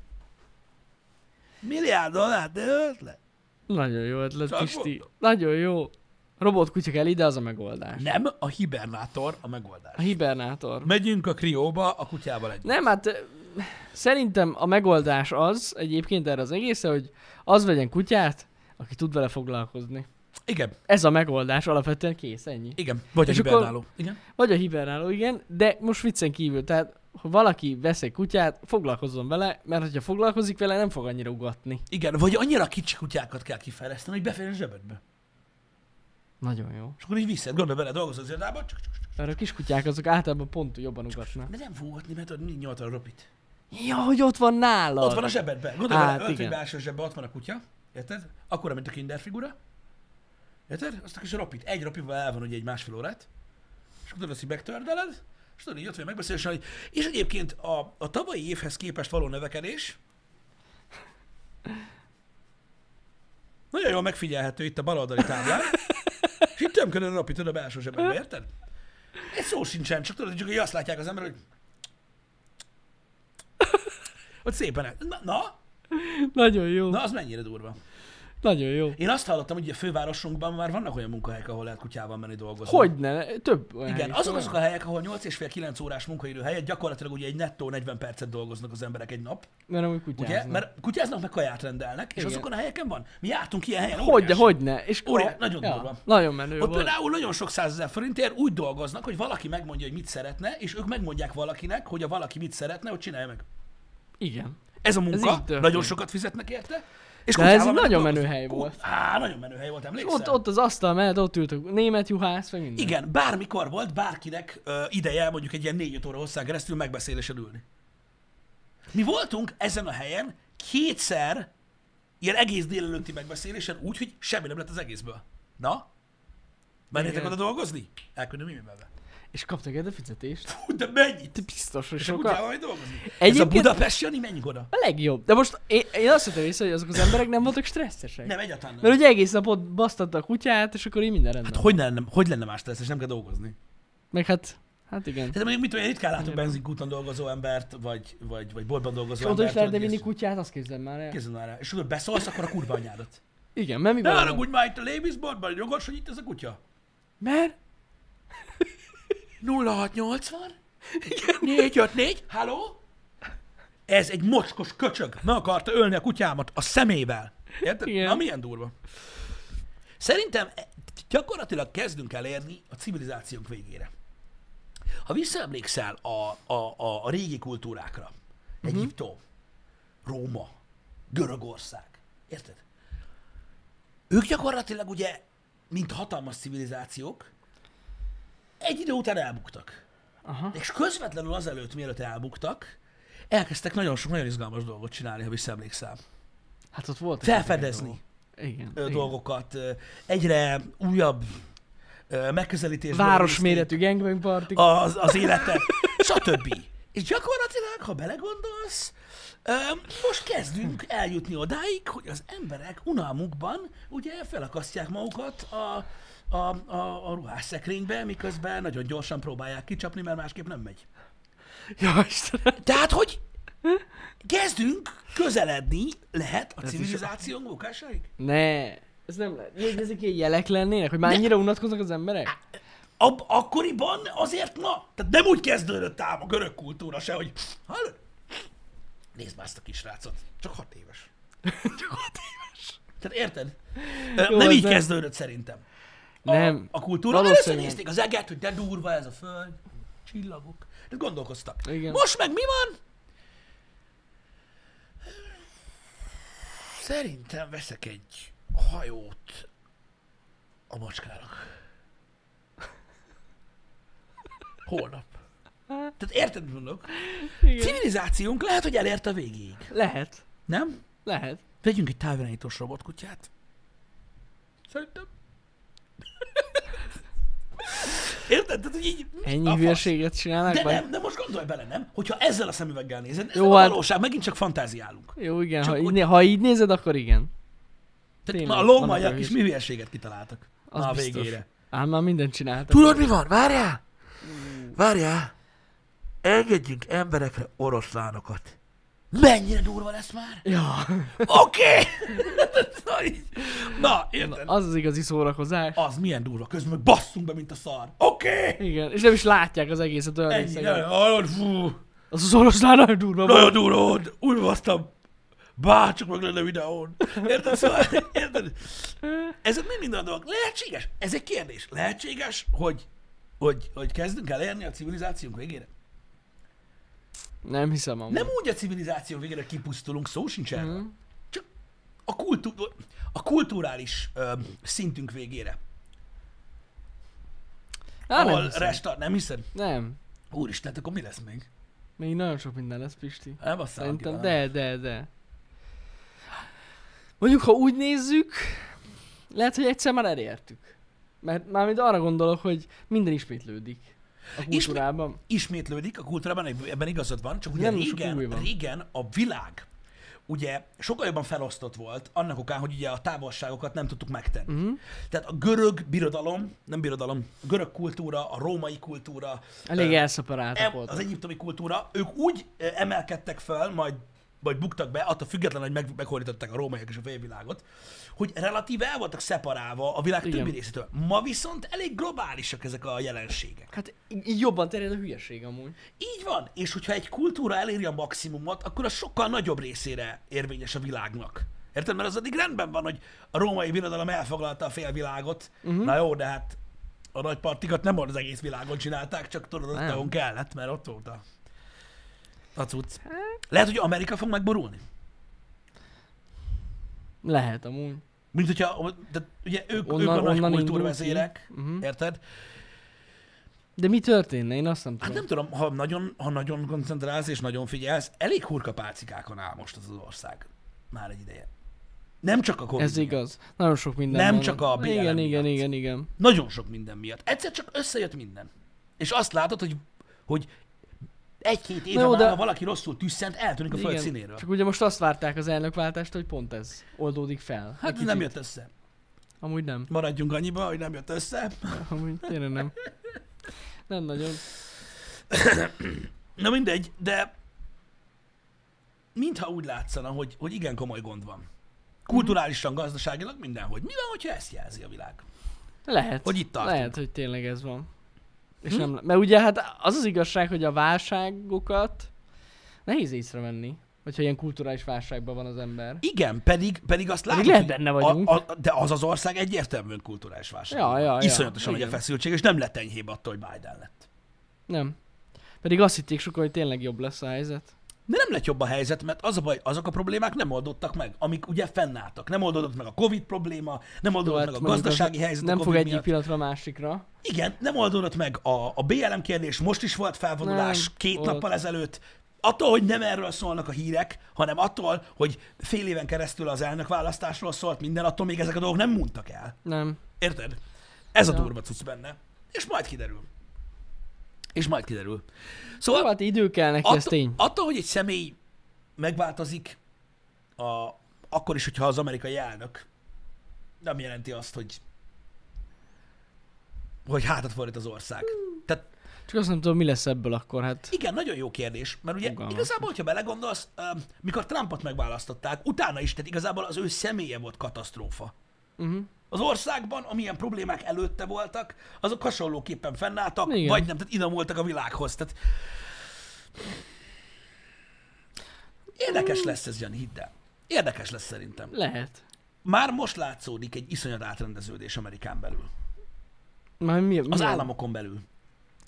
Milliárd dollár, de ötlet.
Nagyon jó ötlet,
Csak
Pisti.
mondom.
Nagyon jó. Robotkutyák el ide, az a megoldás.
Nem a hibernátor a megoldás.
A hibernátor.
Megyünk a krióba a kutyával együtt.
Nem, hát ö, szerintem a megoldás az egyébként erre az egészre, hogy az vegyen kutyát, aki tud vele foglalkozni.
Igen,
Ez a megoldás alapvetően kész, ennyi.
igen. Vagy a
És akkor-
hibernáló. Igen.
Vagy a hibernáló, igen, de most viccen kívül, tehát ha valaki vesz egy kutyát, foglalkozzon vele, mert hogyha foglalkozik vele, nem fog annyira ugatni.
igen, vagy annyira kicsi kutyákat kell kifejleszteni, hogy beférjen a zsebedbe.
Nagyon jó.
És akkor így viszed, gondolj bele, dolgozol az irodában, csak, csak, csak.
Mert a kiskutyák azok általában pont jobban ugatnak.
De nem fogadni, mert ott mindig nyolc a ropit.
Ja, hogy ott van nálad!
Ott van a zsebedben. Gondolj
Hát,
bele, öltöny
igen.
belső zsebben, ott van a kutya. Érted? Akkora, mint a kinder figura. Érted? Azt a kis ropit. Egy ropival el van ugye egy másfél órát. És akkor tudod, azt így megtördeled, és tudod, így ott vagy megbeszélés, hogy... És egyébként a, a tavalyi évhez képest való növekedés nagyon jól megfigyelhető itt a baloldali táblán. És itt tömködön a ropi, tudod, a belső zsebedbe, érted? Egy szó sincsen, csak tudod, csak hogy azt látják az emberek, hogy... Ott szépen el. Na, na,
Nagyon jó.
na, az mennyire durva.
Nagyon jó.
Én azt hallottam, hogy a fővárosunkban már vannak olyan munkahelyek, ahol lehet kutyával menni dolgozni.
Hogyne, több olyan hely
Igen,
is
azok
van.
azok a helyek, ahol 8 és fél 9 órás munkaidő helyett gyakorlatilag ugye egy nettó 40 percet dolgoznak az emberek egy nap,
Mert amúgy
ugye?
kutyáznak.
Mert kutyáznak, meg kaját rendelnek, és
Igen.
azokon a helyeken van. Mi jártunk ilyen helyen.
Hogyne,
óriási.
hogyne. És
Óriás, nagyon durva.
Nagyon menő
Ott
volt.
például nagyon sok százezer forintért úgy dolgoznak, hogy valaki megmondja, hogy mit szeretne, és ők megmondják valakinek, hogy a valaki mit szeretne, hogy csinálja meg.
Igen.
Ez a munka,
így történt.
nagyon sokat fizetnek érte. És
De ez
kutyával
egy nagyon
mennek
menő hely
dolgozni.
volt.
Á, nagyon menő hely volt, emlékszel?
Ott, ott az asztal mellett, ott ült a német juhász, vagy minden.
Igen, bármikor volt bárkinek ö, ideje mondjuk egy ilyen 4-5 óra hosszán keresztül megbeszélésen ülni. Mi voltunk ezen a helyen kétszer ilyen egész délelőtti megbeszélésen úgy, hogy semmi nem lett az egészből. Na? Mennétek
Igen.
oda dolgozni? Elküldöm e-mailbe.
És kaptak egy fizetést.
Hú, de mennyit?
Te biztos, hogy
És akkor
sokat.
utána majd dolgozni. Ez a
Egyébként-
Budapest Jani mennyi oda?
A legjobb. De most én, én azt hittem észre, hogy azok az emberek nem voltak stresszesek.
Nem, egyáltalán nem.
Mert ugye egész nap ott basztatta a kutyát, és akkor így minden rendben. Hát,
Hogy, lenne, hogy lenne más stressz, és nem kell dolgozni?
Meg hát, hát igen.
Tehát mondjuk mit tudom, én ritkán látok benzinkúton dolgozó embert, vagy, vagy, vagy boltban dolgozó
És oda is
embert.
lehet
tudod,
vinni
és-
kutyát, azt képzelem már el.
Kézzel arra. És tudod, beszólsz, akkor a kurva anyádat.
Igen, mert mi
Ne
van?
haragudj már itt a Lébiszborban, jogos, hogy itt ez a kutya.
Mert
0680? 454? Halló? Ez egy mocskos köcsög. Meg akarta ölni a kutyámat a szemével. Érted?
Igen.
Na milyen durva. Szerintem e- gyakorlatilag kezdünk elérni a civilizációnk végére. Ha visszaemlékszel a, a, a, a régi kultúrákra, Egyiptom, Róma, Görögország, érted? Ők gyakorlatilag ugye, mint hatalmas civilizációk, egy idő után elbuktak.
Aha.
És közvetlenül azelőtt, mielőtt elbuktak, elkezdtek nagyon sok, nagyon izgalmas dolgot csinálni, ha visszaemlékszel.
Hát ott volt.
Felfedezni
Igen.
ö,
igen.
dolgokat, ö, egyre újabb ö, megközelítésből
Városméretű gangbang party.
nézték az, az életet, stb. És gyakorlatilag, ha belegondolsz, ö, most kezdünk eljutni odáig, hogy az emberek unalmukban ugye felakasztják magukat a, a, a, a ruhásszekrénybe, miközben nagyon gyorsan próbálják kicsapni, mert másképp nem megy.
Ja, Istenem.
Tehát, hogy kezdünk közeledni lehet a
is-
civilizációnk bukásáig?
Ne. Ez nem lehet. Jé, ezek ilyen jelek lennének, hogy már
Ne.
annyira unatkoznak az emberek?
Ab, akkoriban azért na, tehát nem úgy kezdődött ám a görög kultúra se, hogy hallod? Nézd már ezt a kisrácot, csak hat éves.
Csak ott éves.
Tehát érted? Ö,
Jó,
nem
az
így
nem-
kezdődött szerintem. A,
Nem.
A kultúra, mert
Valószínűleg.
összenézték az eget, hogy de durva ez a föld, csillagok. De gondolkoztak.
Igen.
Most meg mi van? Szerintem veszek egy hajót a macskának. Holnap. Tehát érted, mit mondok?
Igen.
Civilizációnk lehet, hogy elérte a végéig.
Lehet.
Nem?
Lehet.
Vegyünk egy távirányítós robotkutyát. Szerintem. Érted? Tehát, hogy így...
Ennyi
a fasz.
hülyeséget csinálnak?
De
vagy-
nem, de most gondolj bele, nem? Hogyha ezzel a szemüveggel nézed, ez
Jó,
Jó, a
hát-
valóság, megint csak fantáziálunk.
Jó, igen,
Csak
ha,
úgy-
így, né- ha így nézed, akkor igen.
Tehát
Tényleg,
már a
vannak
lómaiak
olyan
is
is.
mi hülyeséget kitaláltak.
Az
Na, a
biztos.
végére.
Ám már mindent csináltak.
Tudod, mi van? Várjál!
Mm.
Várjál! Engedjünk emberekre oroszlánokat. Mennyire durva lesz már?
Ja,
Oké! Okay. Na, érted?
az az igazi szórakozás.
az milyen durva, közben meg basszunk be, mint a szar. Oké! Okay.
Igen, és nem is látják az egészet olyan
Ennyi,
részegen.
nagyon, nagyon, fú,
Az az oroszlán nagyon durva volt.
nagyon durva volt, urvasztam. Bár csak meg lenne videón. Érted? Szóval, érted? Ezek mind minden dolgok. Lehetséges? Ez egy kérdés. Lehetséges, hogy, hogy, hogy kezdünk elérni a civilizációnk végére?
Nem hiszem amúgy.
Nem úgy a civilizáció végére hogy kipusztulunk, szó sincs erről.
Mhm.
Csak a, kultú- a kulturális ö, szintünk végére.
Á, nem,
Ahol
hiszem.
restart, nem hiszed?
nem.
Úristen, hát akkor mi lesz még? Hát,
Még nagyon sok minden lesz, Pisti.
Nem azt
Szerintem, de, de, de. Mondjuk, ha úgy nézzük, lehet, hogy egyszer már elértük. Mert mármint arra gondolok, hogy minden ismétlődik a kultúrában.
ismétlődik a kultúrában, eb- ebben igazad van, csak ugye
Nem sok új
régen,
van.
régen a világ ugye sokkal jobban felosztott volt, annak okán, hogy ugye a távolságokat nem tudtuk megtenni.
Mhm.
Mm. Tehát a görög birodalom, nem birodalom, a görög kultúra, a római kultúra,
Elég
Ö,
elszeparáltak
e- az
voltak.
egyiptomi kultúra, ők úgy ö, emelkedtek fel, majd vagy buktak be, attól függetlenül, hogy meg, meghordították a rómaiak és a félvilágot, hogy relatíve el voltak szeparálva a világ
Igen.
többi részétől. Ma viszont elég globálisak ezek a jelenségek.
Hát így így jobban terjed a hülyeség amúgy.
Így van, és hogyha egy kultúra eléri a maximumot, akkor a sokkal nagyobb részére érvényes a világnak. Érted? Mert az addig rendben van, hogy a római birodalom elfoglalta a félvilágot.
Mhm.
Uh-huh. Na jó, de hát a nagy partikat nem az egész világon csinálták, csak tudod, ott
Nem.
ahol kellett, mert ott volt a, a cucc.
Hát-
Lehet, hogy Amerika fog megborulni.
Lehet amúgy.
Mint hogyha, de ugye ők, onnan, ők
Onnan-
a nagy
onnan indul ki.
kultúrvezérek,
Mhm.
érted?
De mi történne? Én azt nem
Hát
tudom.
nem tudom, ha nagyon, ha nagyon koncentrálsz és nagyon figyelsz, elég hurka pálcikákon áll most az, az ország. Már egy ideje. Nem csak a COVID
Ez
miatt.
igaz. Nagyon sok minden
Nem
van.
csak a BLM
Igen, igen,
miatt.
igen, igen.
Nagyon sok minden miatt. Egyszer csak összejött minden. És azt látod, hogy, hogy egy-két éve
jó,
már,
de-
ha valaki rosszul tüsszent, eltűnik a föld
igen.
színéről.
Csak ugye most azt várták az elnökváltást, hogy pont ez oldódik fel. Egy
Hát ez
kicsit.
nem jött össze.
Amúgy nem.
Maradjunk annyiba, hogy nem jött össze.
Amúgy tényleg nem. Nem nagyon.
Na mindegy, de mintha úgy látszana, hogy, hogy igen komoly gond van. Kulturálisan, gazdaságilag, mindenhogy. Mi van, hogyha ezt jelzi a világ?
Lehet.
Hogy itt tartunk.
Lehet, hogy tényleg ez van. És hm? nem, mert ugye hát az az igazság, hogy a válságokat nehéz észrevenni, hogyha ilyen kulturális válságban van az ember.
Igen, pedig, pedig azt látjuk,
lehet
hogy
benne vagyunk.
A, a, de az az ország egyértelműen kulturális válság.
Ja, ja, ja.
Iszonyatosan nagy a
Igen.
feszültség, és nem lett enyhébb attól, hogy Biden lett.
Nem. Pedig azt hitték sokan, hogy tényleg jobb lesz a helyzet.
De nem lett jobb a helyzet, mert az a baj, azok a problémák nem oldódtak meg, amik ugye fennálltak. Nem oldódott meg a Covid probléma, nem oldódott
Hát
meg a
mondjuk az
gazdasági helyzet
Nem
a
fog
COVID
egyik
miatt.
pillanatra a másikra.
Igen, nem oldódott meg a, a BLM kérdés, most is volt felvonulás
Nem,
két
volt.
nappal ezelőtt. Attól, hogy nem erről szólnak a hírek, hanem attól, hogy fél éven keresztül az elnökválasztásról szólt minden, attól még ezek a dolgok nem múltak el.
Nem.
Érted? Ez a
Ja.
durva cucc benne. És majd kiderül. És majd kiderül.
Jó,
Szóval
hát idő kell neki, ez
attól,
tény.
attól, hogy egy személy megváltozik, a, akkor is, hogyha az amerikai elnök, nem jelenti azt, hogy hogy hátat fordít az ország. Tehát
Csak azt nem tudom, mi lesz ebből akkor, hát.
igen, nagyon jó kérdés, mert ugye
Fogalmas.
igazából, hogyha belegondolsz, öm, mikor Trumpot megválasztották, utána is, tehát igazából az ő személye volt katasztrófa.
Uh-huh.
Az országban, amilyen problémák előtte voltak, azok hasonlóképpen fennálltak,
Igen.
Igen. vagy nem, tehát idomultak a világhoz. Tehát... Érdekes lesz ez, Jani, hidd el. Érdekes lesz szerintem.
Lehet.
Már most látszódik egy iszonyat átrendeződés Amerikán belül.
Már mi, mi
Az
a-
államokon belül.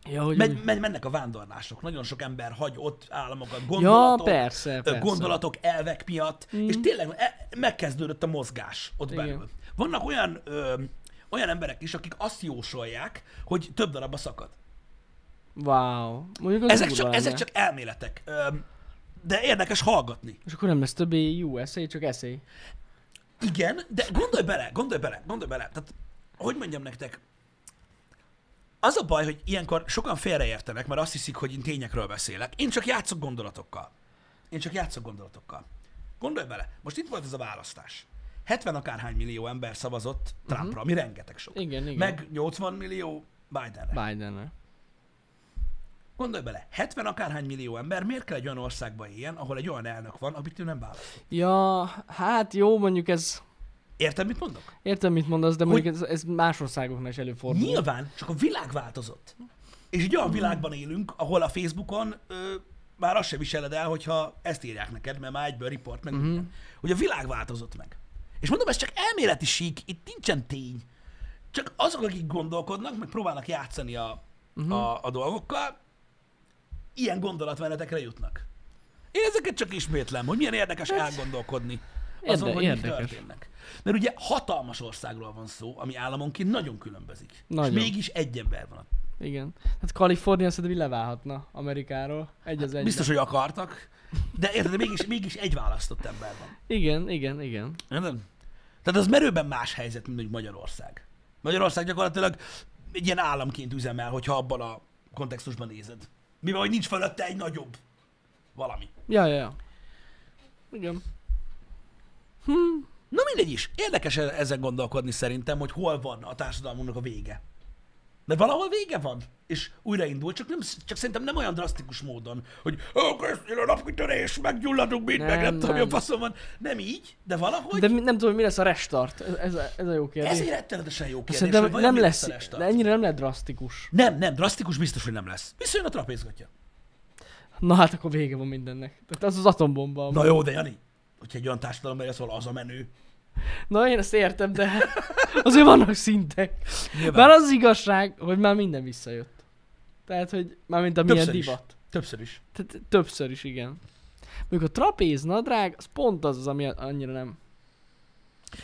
Ja, hogy
Men, men, mennek a vándorlások. Nagyon sok ember hagy ott államokat
ja,
gondolatok,
persze,
ö,
persze.
gondolatok, elvek miatt, mm. és tényleg e- megkezdődött a mozgás ott
Igen.
Igen. belül. Vannak olyan, ö, olyan emberek is, akik azt jósolják, hogy több darabba szakad.
Wow. Mondjuk az
Ezek
durva
csak,
lenne.
ezek csak elméletek, ö, de érdekes hallgatni.
És akkor nem lesz többé jó eszély, csak eszély.
Igen, de gondolj bele, gondolj bele, gondolj bele. Tehát, hogy mondjam nektek, az a baj, hogy ilyenkor sokan félreértenek, mert azt hiszik, hogy én tényekről beszélek. Én csak játszok gondolatokkal. Én csak játszok gondolatokkal. Gondolj bele, most itt volt ez a választás. 70 akárhány millió ember szavazott Trumpra, uh-huh. ami rengeteg sok.
Mhm. Igen, igen.
Meg 80 millió Bidenre.
Biden-re.
Gondolj bele, 70 akárhány millió ember miért kell egy olyan országba éljen, ahol egy olyan elnök van, amit ő nem választ.
Ja, hát jó, mondjuk ez...
Érted, mit mondok?
Értem, mit mondasz, de mondjuk ez, ez más országoknál is előfordul. Hmm.
Nyilván, csak a világ változott. És egy olyan világban élünk, ahol a Facebookon ö, már azt sem viseled el, hogyha ezt írják neked, mert már egyből riport
Hmm.
meg minden. Hogy a világ változott meg. És mondom, ez csak elméleti sík, itt nincsen tény. Csak azok, akik gondolkodnak, meg próbálnak játszani a,
Hmm.
uh-huh. a, a dolgokkal, ilyen gondolatmenetekre jutnak. Én ezeket csak ismétlem, hogy milyen érdekes elgondolkodni azon,
Hát, Érde-
hogy mi
érdekes.
történnek. Mert ugye hatalmas országról van szó, ami államonként nagyon különbözik.
Nagyon.
És mégis egy ember van.
Igen. Hát Kalifornia szerintem így leválhatna Amerikáról. Egy az egy.
Biztos, hogy akartak, de érted, de mégis, mégis egy választott ember van.
Igen, igen, igen.
Érted? Tehát az merőben más helyzet, mint hogy Magyarország. Magyarország gyakorlatilag egy ilyen államként üzemel, hogyha abban a kontextusban nézed. Mivel, hogy nincs fölötte egy nagyobb valami.
Ja, ja, ja. Igen.
Na mindegy is. Érdekes e- ezen gondolkodni szerintem, hogy hol van a társadalmunknak a vége. De valahol vége van, és újraindul, csak, nem, csak szerintem nem olyan drasztikus módon, hogy ó, közül a napkitörés, meggyulladunk mind, meg
Nem,
nem tudom, mi a
nem.
faszom van. Nem így, de valahogy
De
de
mi- nem tudom, mi lesz a restart. Ez, ez, a, ez a jó kérdés.
ez egy rettenetesen jó kérdés,
Szerintem
hogy vajon
nem
mi
lesz,
a restart.
de ennyire nem lehet drasztikus.
Nem, nem, drasztikus biztos, hogy nem lesz. Viszont a trapézgatja.
Na hát akkor vége van mindennek. Tehát az az atombomba. amúgy.
Na jó, de Jani, hogyha egy olyan társadalom megy, ahol az a menő.
Na én ezt értem, de azért vannak szintek.
Nyilván.
Bár az, az igazság, hogy már minden visszajött. Tehát, hogy már mint a milyen
Többször is.
divat.
Többször is.
Tehát többször is, igen. Mondjuk a trapéz nadrág, az pont az az, ami annyira nem,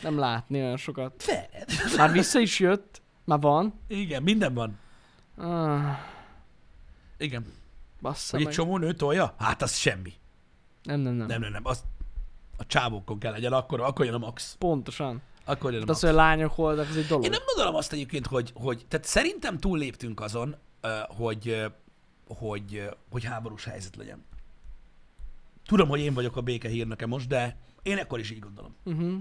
nem látni olyan sokat.
Fe.
Már vissza is jött, már van.
Igen, minden van.
Ah,
Igen.
bassza
Hogy egy
meg.
csomó nő tolja? Hát az semmi.
Nem, nem, nem,
Nem, nem, nem. Az a csávókon kell legyen, akkor, akkor jön a max.
Pontosan.
Akkor jön a
De
max.
Hát az, hogy a lányok voltak, az egy dolog.
Én nem gondolom azt egyébként, hogy, hogy tehát szerintem túlléptünk azon, ö, hogy, ö, hogy, ö, hogy háborús helyzet legyen. Tudom, hogy én vagyok a békehírnöke most, de én ekkor is így gondolom.
Uh-huh.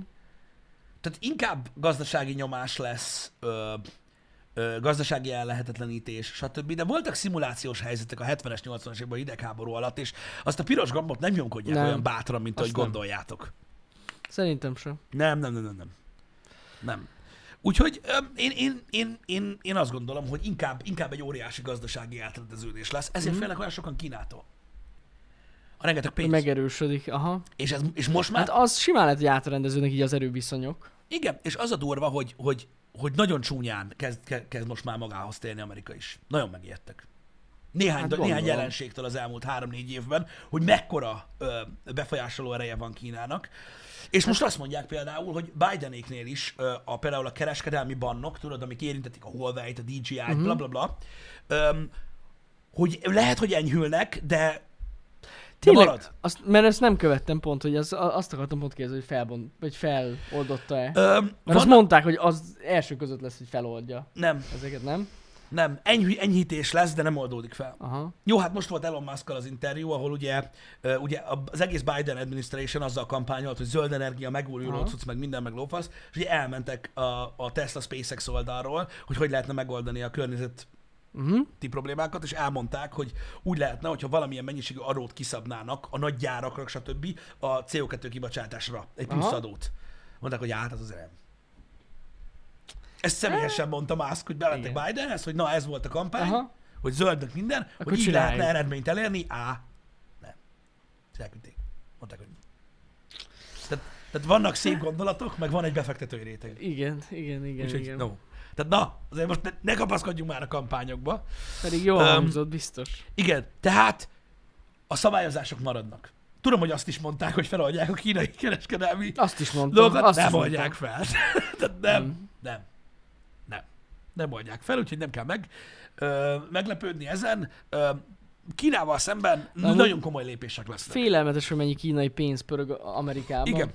tehát inkább gazdasági nyomás lesz, ö, ö, gazdasági ellehetetlenítés, stb. De voltak szimulációs helyzetek a 70-es, 80-as években hidegháború alatt, és azt a piros gombot nem nyomkodják nem.
Nem.
olyan bátran, mint
Azt
ahogy
nem.
gondoljátok.
Szerintem sem.
Nem, nem, nem, nem, nem. Nem. Úgyhogy öm, én, én, én, én, én azt gondolom, hogy inkább, inkább egy óriási gazdasági átrendeződés lesz, ezért mm. félnek olyan sokan Kínától. A rengeteg pénz. Meg...
Megerősödik, aha.
És, ez, és most már
Hát az simán lehet, hogy átrendeződnek így az erőviszonyok.
Igen, és az a durva, hogy, hogy, hogy nagyon csúnyán kezd, ke- kezd most már magához térni Amerika is. Nagyon megijedtek. Néhány,
Hát
hát néhány
gondolom.
jelenségtől az elmúlt három-négy évben, hogy mekkora ö, befolyásoló ereje van Kínának. És most azt mondják például, hogy Bidenéknél is ö, a, például a kereskedelmi bannok, tudod, amik érintetik a Huawei-t, a DJI-t,
Mhm.
uh-huh. bla bla bla, öm, hogy lehet, hogy enyhülnek, de marad.
Azt, mert ezt nem követtem pont, hogy az, a- azt akartam pont kérdezni, hogy felbont, vagy feloldotta-e. Mert
öm,
azt
van,
mondták, hogy az első között lesz, hogy feloldja.
nem,
Ezeket nem?
nem, enyh, enyhítés lesz, de nem oldódik fel.
Aha.
Jó, hát most volt Elon musk az interjú, ahol ugye, ö, ugye az egész Biden administration azzal kampányolt, hogy zöld energia, megújuló
Aha.
cucc, meg minden, meg lófasz, és ugye elmentek a, a Tesla SpaceX oldalról, hogy hogy lehetne megoldani a környezet
Uh-huh.
ti problémákat, és elmondták, hogy úgy lehetne, hogyha valamilyen mennyiségű adót kiszabnának a nagy gyárakra, stb. a CO2 kibocsátásra, egy plusz
Aha.
adót. Mondták, hogy hát az azért nem. Ezt személyesen mondta Musk, hogy bementek
Hát. Igen.
Bidenhez, hogy na ez volt a kampány,
Aha.
hogy zöldnek minden, Akkor hogy így
csináljuk.
lehetne eredményt elérni, á, nem. Ezt elküldték. Mondták, hogy tehát, tehát vannak szép gondolatok, meg van egy befektetői réteg.
Igen, igen, igen,
Úgyhogy
igen.
no. Tehát na, azért most ne, ne kapaszkodjunk már a kampányokba.
Pedig jól
Öm,
hangzott, biztos.
Igen, tehát a szabályozások maradnak. Tudom, hogy azt is mondták, hogy feloldják a kínai kereskedelmi
Azt is mondtam.
dolgokat,
azt
hát nem
is mondtam.
oldják fel. Tehát nem,
Mm.
nem, nem, nem oldják fel, úgyhogy nem kell meg, ö, meglepődni ezen. Ö, Kínával szemben
Na,
nagyon komoly lépések lesznek.
Félelmetes, hogy mennyi kínai pénz pörög Amerikában.
Igen. és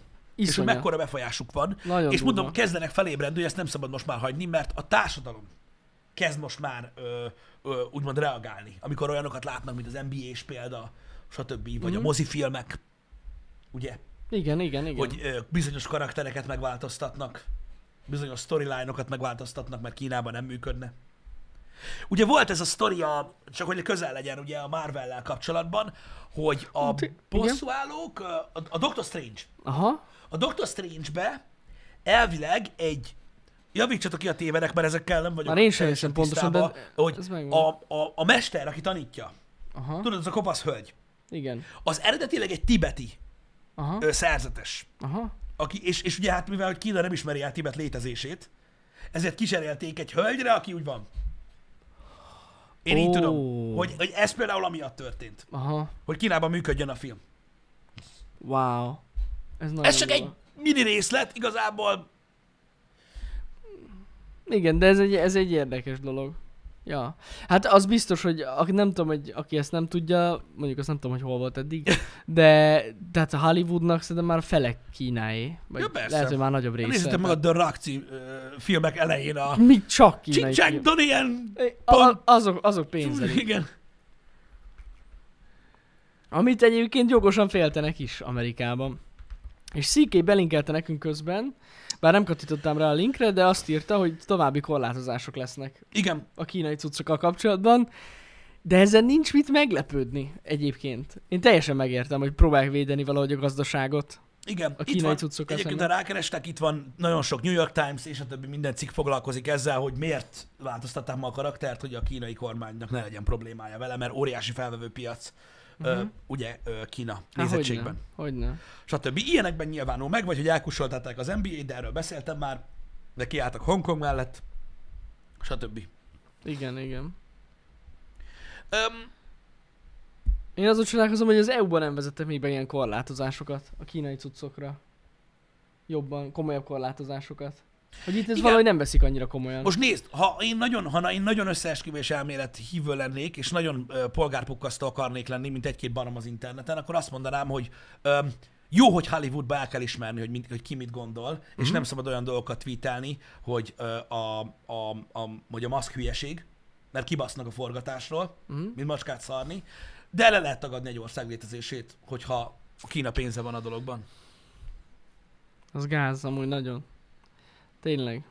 hogy
Iszonyat.
mekkora befolyásuk van.
Nagyon
és
durva.
mondom, kezdenek felébredni, hogy ezt nem szabad most már hagyni, mert a társadalom kezd most már ö, ö, úgymond reagálni, amikor olyanokat látnak, mint az NBA-s példa, stb.,
Mhm.
vagy mm. a mozifilmek, ugye,
Igen, igen, igen.
hogy ö, bizonyos karaktereket megváltoztatnak, bizonyos storyline-okat megváltoztatnak, mert Kínában nem működne. Ugye volt ez a sztoria, csak hogy közel legyen ugye a Marvel-lel kapcsolatban, hogy a
Ti- Hát, igen.
bosszúállók, ö, a, a Doctor Strange,
Aha.
a Doctor Strange-be elvileg egy Javítsatok ki a tévedek, mert ezekkel nem vagyok
Már én sem
teljesen
értem pontosan,
tisztában,
de
hogy
ez megvan.
a, a, a mester, aki tanítja,
Aha.
tudod, az a kopasz hölgy,
Igen.
az eredetileg egy tibeti
Aha.
ö, szerzetes,
Aha.
aki, és, és ugye hát mivel hogy Kína nem ismeri el Tibet létezését, ezért kicserélték egy hölgyre, aki úgy van. Én így
Ó.
tudom, hogy, hogy ez például amiatt történt,
Aha.
hogy Kínában működjön a film.
Wow. Ez nagyon
Ez csak
durva.
egy mini részlet, igazából
Igen, de ez egy, ez egy érdekes dolog. Ja. Hát az biztos, hogy aki nem tudom, hogy aki ezt nem tudja, mondjuk azt nem tudom, hogy hol volt eddig, de tehát a Hollywoodnak szerintem már a fele Kínáé. Vagy
Ja, persze.
Lehet, hogy már nagyobb része.
Nézzétek meg a The Rock cím, ö, filmek elején a
Mi csak kínai.
Csicsák
film.
Donien!
A, a, azok, azok pénzelik.
Igen.
Amit egyébként jogosan féltenek is Amerikában. És CK belinkelte nekünk közben, bár nem kattintottam rá a linkre, de azt írta, hogy további korlátozások lesznek
Igen,
a kínai cuccokkal kapcsolatban, de ezen nincs mit meglepődni egyébként. Én teljesen megértem, hogy próbálják védeni valahogy a gazdaságot.
igen.
A kínai
van.
cuccokkal
Egyébként, ha
szemben.
rákerestek, itt van nagyon sok New York Times és a többi minden cikk foglalkozik ezzel, hogy miért változtatták ma a karaktert, hogy a kínai kormánynak ne legyen problémája vele, mert óriási felvevő piac, uh-huh. ugye ö, Kína
Há,
nézettségben.
Mhm. Hogyne, hogyne.
stb. Ilyenekben nyilvánul meg, vagy hogy elkusoltatták az NBA-t, de erről beszéltem már, de kiálltak Hongkong mellett, stb.
Igen, igen.
Öm,
Én azon csodálkozom, hogy az EU-ban nem vezettek még be ilyen korlátozásokat a kínai cuccokra. Jobban, komolyabb korlátozásokat. Hogy itt ez
Igen.
valahogy nem veszik annyira komolyan.
most nézd, ha én nagyon, ha na- én nagyon összeesküvés elmélet hívő lennék, és nagyon ö, polgárpukkasztó akarnék lenni, mint egy-két barom az interneten, akkor azt mondanám, hogy öm, jó, hogy Hollywoodba el kell ismerni, hogy, mind, hogy ki mit gondol, és nem szabad olyan dolgokat tweetelni, hogy, ö, a, a, a, hogy a maszk hülyeség, mert kibasznak a forgatásról,
Mhm.
mint macskát szarni, de le lehet tagadni egy ország létezését, hogyha a Kína pénze van a dologban.
Az gáz amúgy nagyon. Tényleg.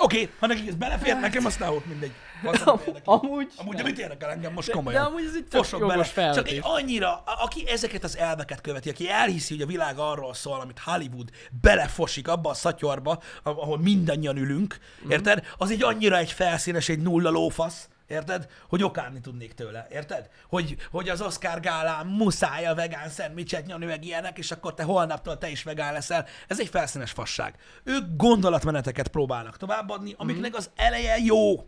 Oké, okay, ha nekik ez belefér, nekem aztán ott mindegy. Faszom, nem érdekel.
Amúgy.
Amúgy de
nem.
mit érdekel engem most
de
komolyan?
amúgy ez egy tök
Fosok bele.
jogos
Csak én
felvetés.
annyira, a- aki ezeket az elveket követi, aki elhiszi, hogy a világ arról szól, amit Hollywood belefosik abba a szatyorba, a- ahol mindannyian ülünk,
Mhm.
érted? Az így annyira egy felszínes, egy nulla lófasz, érted? Hogy okárni tudnék tőle, érted? Hogy, hogy az Oscar gálán muszáj a vegán szendvicset nyomni, meg ilyenek, és akkor te holnaptól te is vegán leszel. Ez egy felszínes fasság. Ők gondolatmeneteket próbálnak továbbadni,
Mhm.
amiknek az eleje jó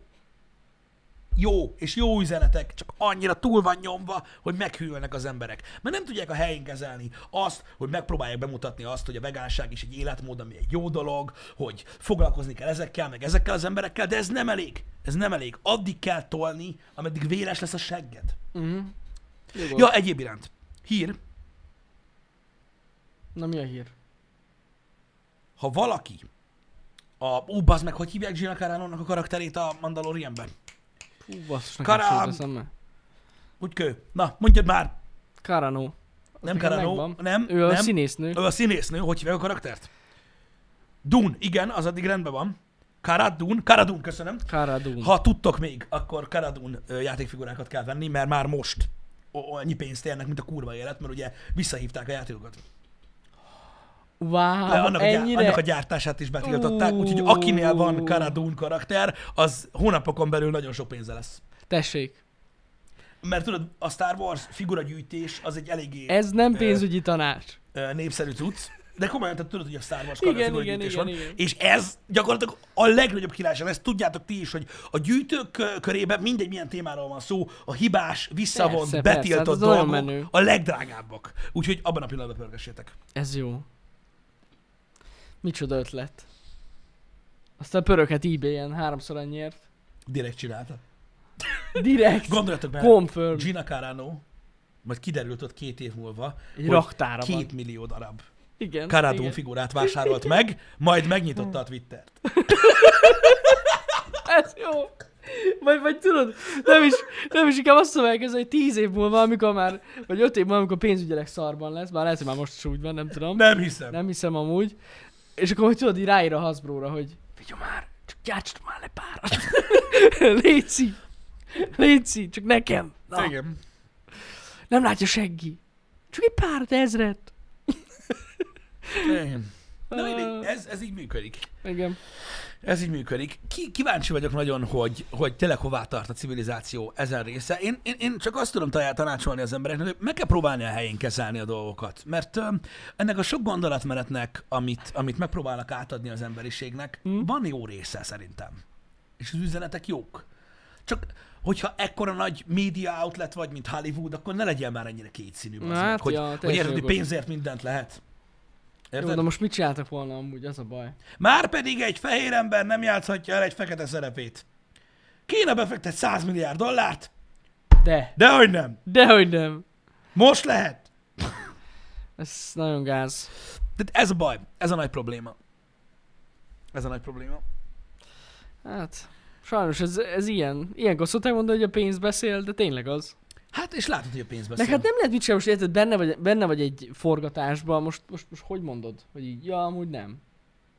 jó, és jó üzenetek, csak annyira túl van nyomva, hogy meghűlnek az emberek. Mert nem tudják a helyén kezelni azt, hogy megpróbálják bemutatni azt, hogy a vegánság is egy életmód, ami egy jó dolog, hogy foglalkozni kell ezekkel, meg ezekkel az emberekkel, de ez nem elég. Ez nem elég. Addig kell tolni, ameddig véres lesz a segged.
Mhm. Jogos.
Ja, egyéb iránt. Hír,
Na mi a hír?
ha valaki a... Ú, bazd meg, hogy hívják Gina Carano-nak a karakterét a Mandalorianben?
Hú, basszus,
Karám!
nekem Karán...
Úgy kő. Na, mondjad már.
Karano. Az
Nem
nekem
Carano.
megvan.
Nem,
Ő a
nem.
színésznő.
Ő a színésznő, hogy hívják a karaktert? Dune, igen, az addig rendben van. Cara Dune, Cara Dune, köszönöm.
Cara Dune.
Ha tudtok még, akkor Cara Dune ö, játékfigurákat kell venni, mert már most o- annyi pénzt érnek, mint a kurva élet, mert ugye visszahívták a játékokat.
Wow,
Á, annak, a gyár,
ennyire...
annak a gyártását is betiltották, úgyhogy akinél van Cara Dune karakter, az hónapokon belül nagyon sok pénze lesz.
Tessék,
Mert tudod, a Star Wars figuragyűjtés az egy eléggé
ez nem
Ö,
pénzügyi tanács.
ö, népszerű cucc, de komolyan, tehát tudod, hogy a Star Wars
Igen,
karakterfigura
igen,
gyűjtés
igen,
van,
igen.
és ez gyakorlatilag a legnagyobb királyság, ezt tudjátok ti is, hogy a gyűjtők ö, körében mindegy milyen témáról van szó, a hibás, visszavont,
Persze, persze,
betiltott
hát ez
dolgok
nagyon menő.
a legdrágábbak. Úgyhogy abban a pillanatban pörgessétek.
Ez jó. Micsoda ötlet. Aztán pöröket eBay-en háromszor annyiért.
Direkt csinálta.
Direkt.
Gondoljatok bele,
Confirm.
Gina Carano, majd kiderült ott két év múlva,
Egy raktára
két
van.
millió darab
Igen.
Karadun
igen.
figurát vásárolt meg, majd megnyitotta a Twittert.
Ez jó. Vagy, vagy tudod, nem is, nem is inkább azt mondják, ez, hogy tíz év múlva, amikor már, vagy öt év múlva, amikor pénzügyileg szarban lesz, bár lehet, hogy már most is úgy van, nem tudom.
Nem hiszem.
Nem hiszem amúgy. És akkor hogy tudod, így ráír a Hasbro-ra, hogy figyelj már, csak gyártsd már le párat. Léci. Léci, csak nekem. Na,
Igen.
nem látja senki. Csak egy párat, ezret.
Igen. Na, mindegy,
Ah,
ez, ez így működik.
igen.
Ez így működik. Ki, kíváncsi vagyok nagyon, hogy, hogy tényleg hová tart a civilizáció ezen része. Én, én, én csak azt tudom talán tanácsolni az embereknek, hogy meg kell próbálni a helyén kezelni a dolgokat. Mert ö, ennek a sok gondolatmenetnek, amit, amit megpróbálnak átadni az emberiségnek,
Hm?
hmm. van jó része szerintem. És az üzenetek jók. Csak hogyha ekkora nagy média outlet vagy, mint Hollywood, akkor ne legyél már ennyire kétszínű. bazd
Hát
meg, hogy,
ja,
hogy
teljesen
érted, hogy
jogos.
pénzért mindent lehet.
Jó,
Érted?
de most mit csináltak volna amúgy, az a baj.
Már pedig egy fehér ember nem játszhatja el egy fekete szerepét. Kína befektet 100 milliárd dollárt,
De.
de hogy nem.
Dehogy nem.
Most lehet.
Ez nagyon gáz.
Tehát ez a baj, ez a nagy probléma. Ez a nagy probléma.
Hát, sajnos ez, ez ilyen. Ilyenkor szokták mondani, hogy a pénz beszél, de tényleg az.
Hát, és látod, hogy a pénzbe
Meg
szól.
hát nem lehet mit sem, most érted, benne vagy, benne vagy egy forgatásban, most, most, most hogy mondod? Hogy így, ja, amúgy nem.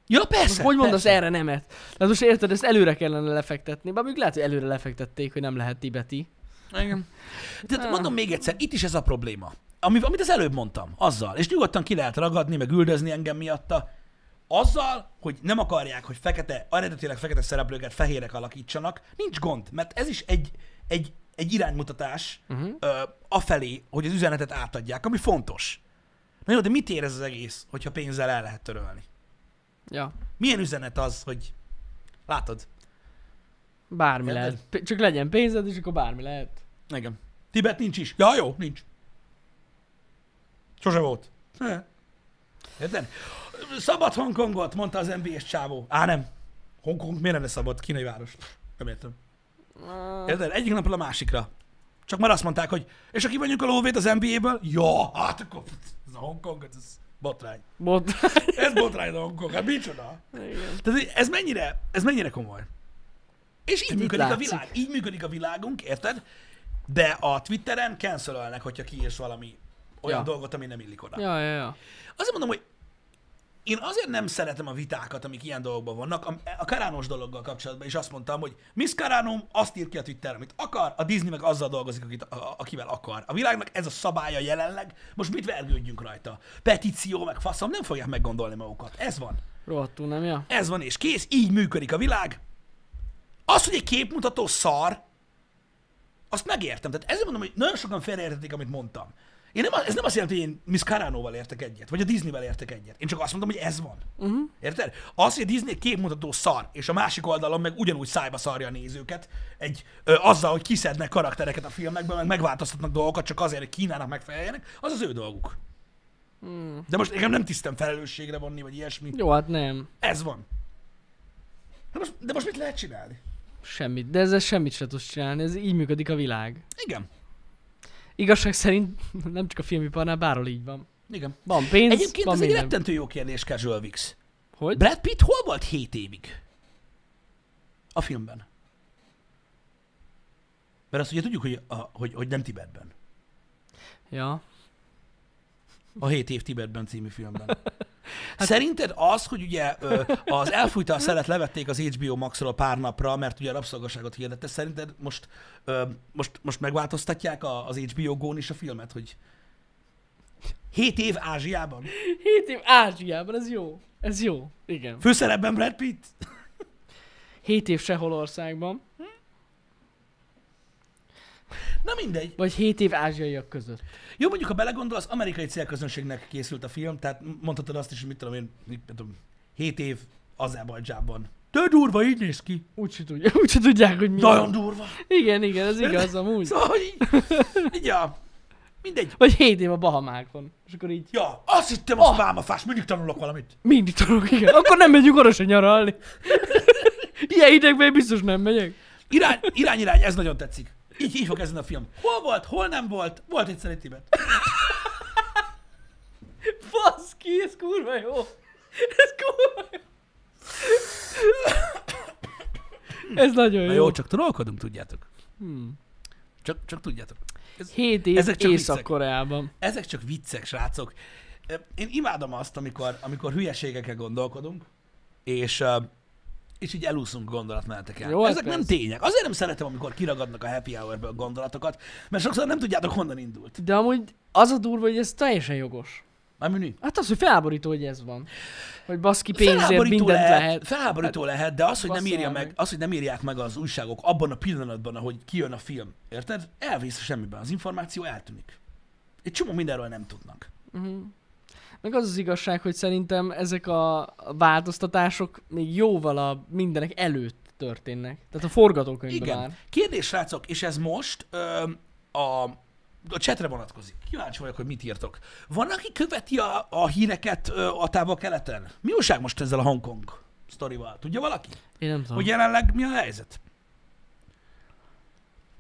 Ja, persze,
Most hogy mondasz
persze.
erre nemet? Tehát most érted, ezt előre kellene lefektetni. Bár még lehet, hogy előre lefektették, hogy nem lehet tibeti.
Igen. Tehát
Ah.
mondom még egyszer, itt is ez a probléma. Ami, amit az előbb mondtam, azzal, és nyugodtan ki lehet ragadni, meg üldözni engem miatta, azzal, hogy nem akarják, hogy fekete, eredetileg fekete szereplőket fehérek alakítsanak, nincs gond, mert ez is egy, egy, egy iránymutatás uh-huh. ö, afelé, hogy az üzenetet átadják, ami fontos. Na jó, de mit ér ez az egész, hogyha pénzzel el lehet törölni?
Ja,
Milyen üzenet az, hogy látod?
bármi
Érted?
lehet. P- csak legyen pénzed, és akkor bármi lehet.
Igen. Tibet nincs is. Ja, jó, nincs. Sose volt. Ne. Érted? Szabad Hongkongot, mondta az NBA-s csávó. Á, nem. Hongkong miért lenne szabad? Kínai város. Pff, Nem értem. Érted? Egyik napról a másikra. Csak már azt mondták, hogy és aki mondjuk a lóvét az NBA-ből? Ja, hát akkor pff, ez a Hongkong, ez- ez botrány.
Bot.
Ez botrány a Hongkong, hát micsoda?
Igen.
Tehát ez mennyire, ez mennyire komoly. És így
itt
működik a
látszik.
világ, így működik a világunk, érted? De a Twitteren cancelölnek, hogyha kiírsz valami olyan
Ja.
dolgot, ami nem illik oda.
Ja, ja, ja.
Azért mondom, hogy én azért nem szeretem a vitákat, amik ilyen dolgokban vannak. A, a Karános dologgal kapcsolatban is azt mondtam, hogy Miss Karánum azt ír ki a Twitter, amit akar, a Disney meg azzal dolgozik, akit, a, a- akivel akar. A világnak ez a szabálya jelenleg, most mit vergődjünk rajta? Petíció, meg faszom, nem fogják meggondolni magukat. Ez van.
Rohadtul, nem, ja?
Ez van és kész, így működik a világ. Az, hogy egy képmutató szar, azt megértem. Tehát ezért mondom, hogy nagyon sokan félreértették, amit mondtam. Én nem, ez nem azt jelenti, hogy én Miss Carano-val értek egyet, vagy a Disney-vel értek egyet. Én csak azt mondom, hogy ez van. Uh-huh. Érted? Az, hogy a Disney egy képmutató szar, és a másik oldalon meg ugyanúgy szájba szarja a nézőket, egy, ö, azzal, hogy kiszednek karaktereket a filmekből, meg megváltoztatnak dolgokat csak azért, hogy Kínának megfeleljenek, az az ő dolguk. Hmm. De most engem nem tisztem felelősségre vonni, vagy ilyesmi.
Jó, hát nem.
Ez van. De most, de most mit lehet csinálni?
Semmit. De ezzel semmit se tudsz csinálni. Ez így működik a világ.
Igen.
Igazság szerint nem csak a filmiparnál, bárhol így van.
Igen.
Van pénz,
Egyébként
van
ez egy
minden.
rettentő jó kérdés, Casual Vix.
Hogy?
Brad Pitt hol volt 7 évig? A filmben. Mert azt ugye tudjuk, hogy, a, hogy, hogy nem Tibetben.
Ja.
A 7 év Tibetben című filmben. Hát Szerinted az, hogy ugye ö, az elfújta a szelet levették az HBO Max-ról pár napra, mert ugye a rabszolgaságot hirdette, szerinted most, ö, most, most megváltoztatják a, az HBO Gón is a filmet, hogy 7 év Ázsiában?
Hét év Ázsiában, ez jó. Ez jó. Igen.
Főszerepben Brad Pitt?
Hét év sehol országban,
Na mindegy.
vagy hét év ázsiaiak között.
Jó, mondjuk, ha belegondolsz, amerikai célközönségnek készült a film, tehát mondhatod azt is, hogy mit tudom én, mit tudom, 7 év Azerbajdzsában. De durva, így néz ki.
Úgy se tudják, úgy se tudják hogy mi
Nagyon
van.
durva.
Igen, igen, ez igaz amúgy.
Szóval, hogy így, így ja, mindegy.
Vagy hét év a Bahamákon. És akkor így
Ja, azt hittem, az oh. vámafás, mindig tanulok valamit.
mindig tudok, igen. Akkor nem megyünk orra se nyaralni. Ilyen idegben biztos nem megyek.
Irány, irány, irány, ez nagyon tetszik. Így, így fog ezen a film. Hol volt, hol nem volt, volt egyszer egy Tibet.
Faszki, ez kurva jó. Ez kurva jó. Ez nagyon
Na
jó.
jó, csak trollkodunk, tudjátok. Csak, csak tudjátok. Ez,
Hét év
Ezek csak viccek.
Észak-Koreában.
ezek csak viccek, srácok. Ö, Én imádom azt, amikor, amikor hülyeségekkel gondolkodunk, és, ö, és így elúszunk gondolatmeneteken.
Jó,
Jó,
hát
Ezek nem
persze.
tények. Azért nem szeretem, amikor kiragadnak a happy hour-ből gondolatokat, mert sokszor nem tudjátok, honnan indult.
De amúgy az a durva, hogy ez teljesen jogos.
Mármint mi?
Hát az, hogy felháborító, hogy ez van. Hogy baszki pénzért
Felháborító
mindent lehet. Hát,
lehet, felháborító lehet, de az, hogy nem
basszál
írja
meg.
meg, az, hogy nem írják meg az újságok abban a pillanatban, ahogy kijön a film, érted? Elvész a semmiben, az információ eltűnik. Egy csomó mindenről nem tudnak.
Meg az az igazság, hogy szerintem ezek a változtatások még jóval a mindenek előtt történnek. Tehát a forgatókönyvben
Igen.
már.
Kérdés, srácok, és ez most ö, a, a csetre vonatkozik. Kíváncsi vagyok, hogy mit írtok. Van, aki követi a, a híreket ö, a távol keleten? Mi újság most ezzel a Hongkong sztorival? Tudja valaki?
Én nem tudom.
Hogy jelenleg mi a helyzet?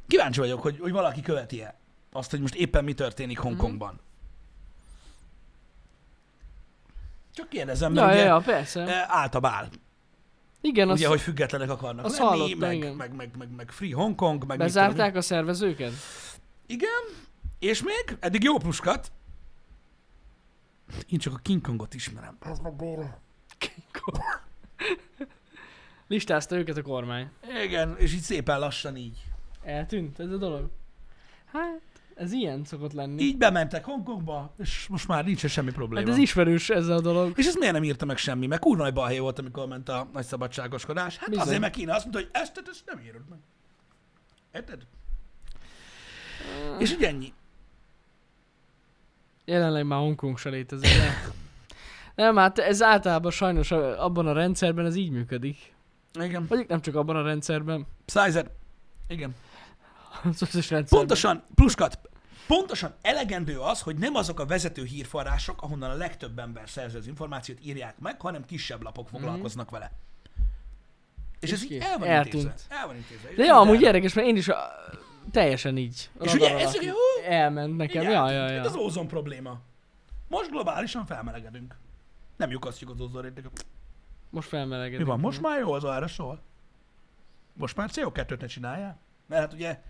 Kíváncsi vagyok, hogy, hogy valaki követi-e azt, hogy most éppen mi történik
Mhm.
Hongkongban. Csak kérdezem, mert
ja,
ugye e,
ja,
ja,
ja, persze.
általában
Igen,
Ugye,
azt
hogy függetlenek akarnak
azt
lenni,
hallottam,
meg,
igen.
meg, meg, meg, meg Free Hongkong, meg mit tudom én.
bezárták a szervezőket?
Igen, és még eddig jó pluskat. Én csak a King Kongot ismerem. Az meg Béla.
Listázta őket a kormány.
Igen, és így szépen lassan így.
Eltűnt ez a dolog? Hát, ez ilyen szokott lenni.
Így bementek Hongkongba, és most már nincs semmi probléma.
hát ez ismerős ez a dolog.
És ezt miért nem írta meg semmi? Mert kurva nagy balhé volt, amikor ment a nagy szabadságoskodás. Hát
Bizony.
azért, mert Kína azt mondta, hogy ezt, ezt, ezt nem írod meg. Érted? És ugye ennyi.
Jelenleg már Hongkong se létezik. Nem? nem, hát ez általában sajnos a- abban a rendszerben ez így működik.
Igen.
Vagy nem csak abban a rendszerben,
Szájzer. Igen.
az összes rendszerben.
Pontosan, pluskat, pontosan elegendő az, hogy nem azok a vezető hírforrások, ahonnan a legtöbb ember szerzi az információt, írják meg, hanem kisebb lapok foglalkoznak vele. És,
Mhm. És
ez így
kész.
el van
Eltűnt.
intézve. El van intézve. És
De ja,
minden-
amúgy érdekes, mert én is a, teljesen így.
És
radar
ugye ez
alatt
ugye,
így
hú,
Elment nekem,
így
ja,
eltűnt.
ja,
Hát az
ja.
ózon probléma. Most globálisan felmelegedünk. Nem lyukasztjuk az ózon réteget.
Most felmelegedek.
Mi van, most már jó az ára szól? Most már CO2-t ne csináljál? Mert hát ugye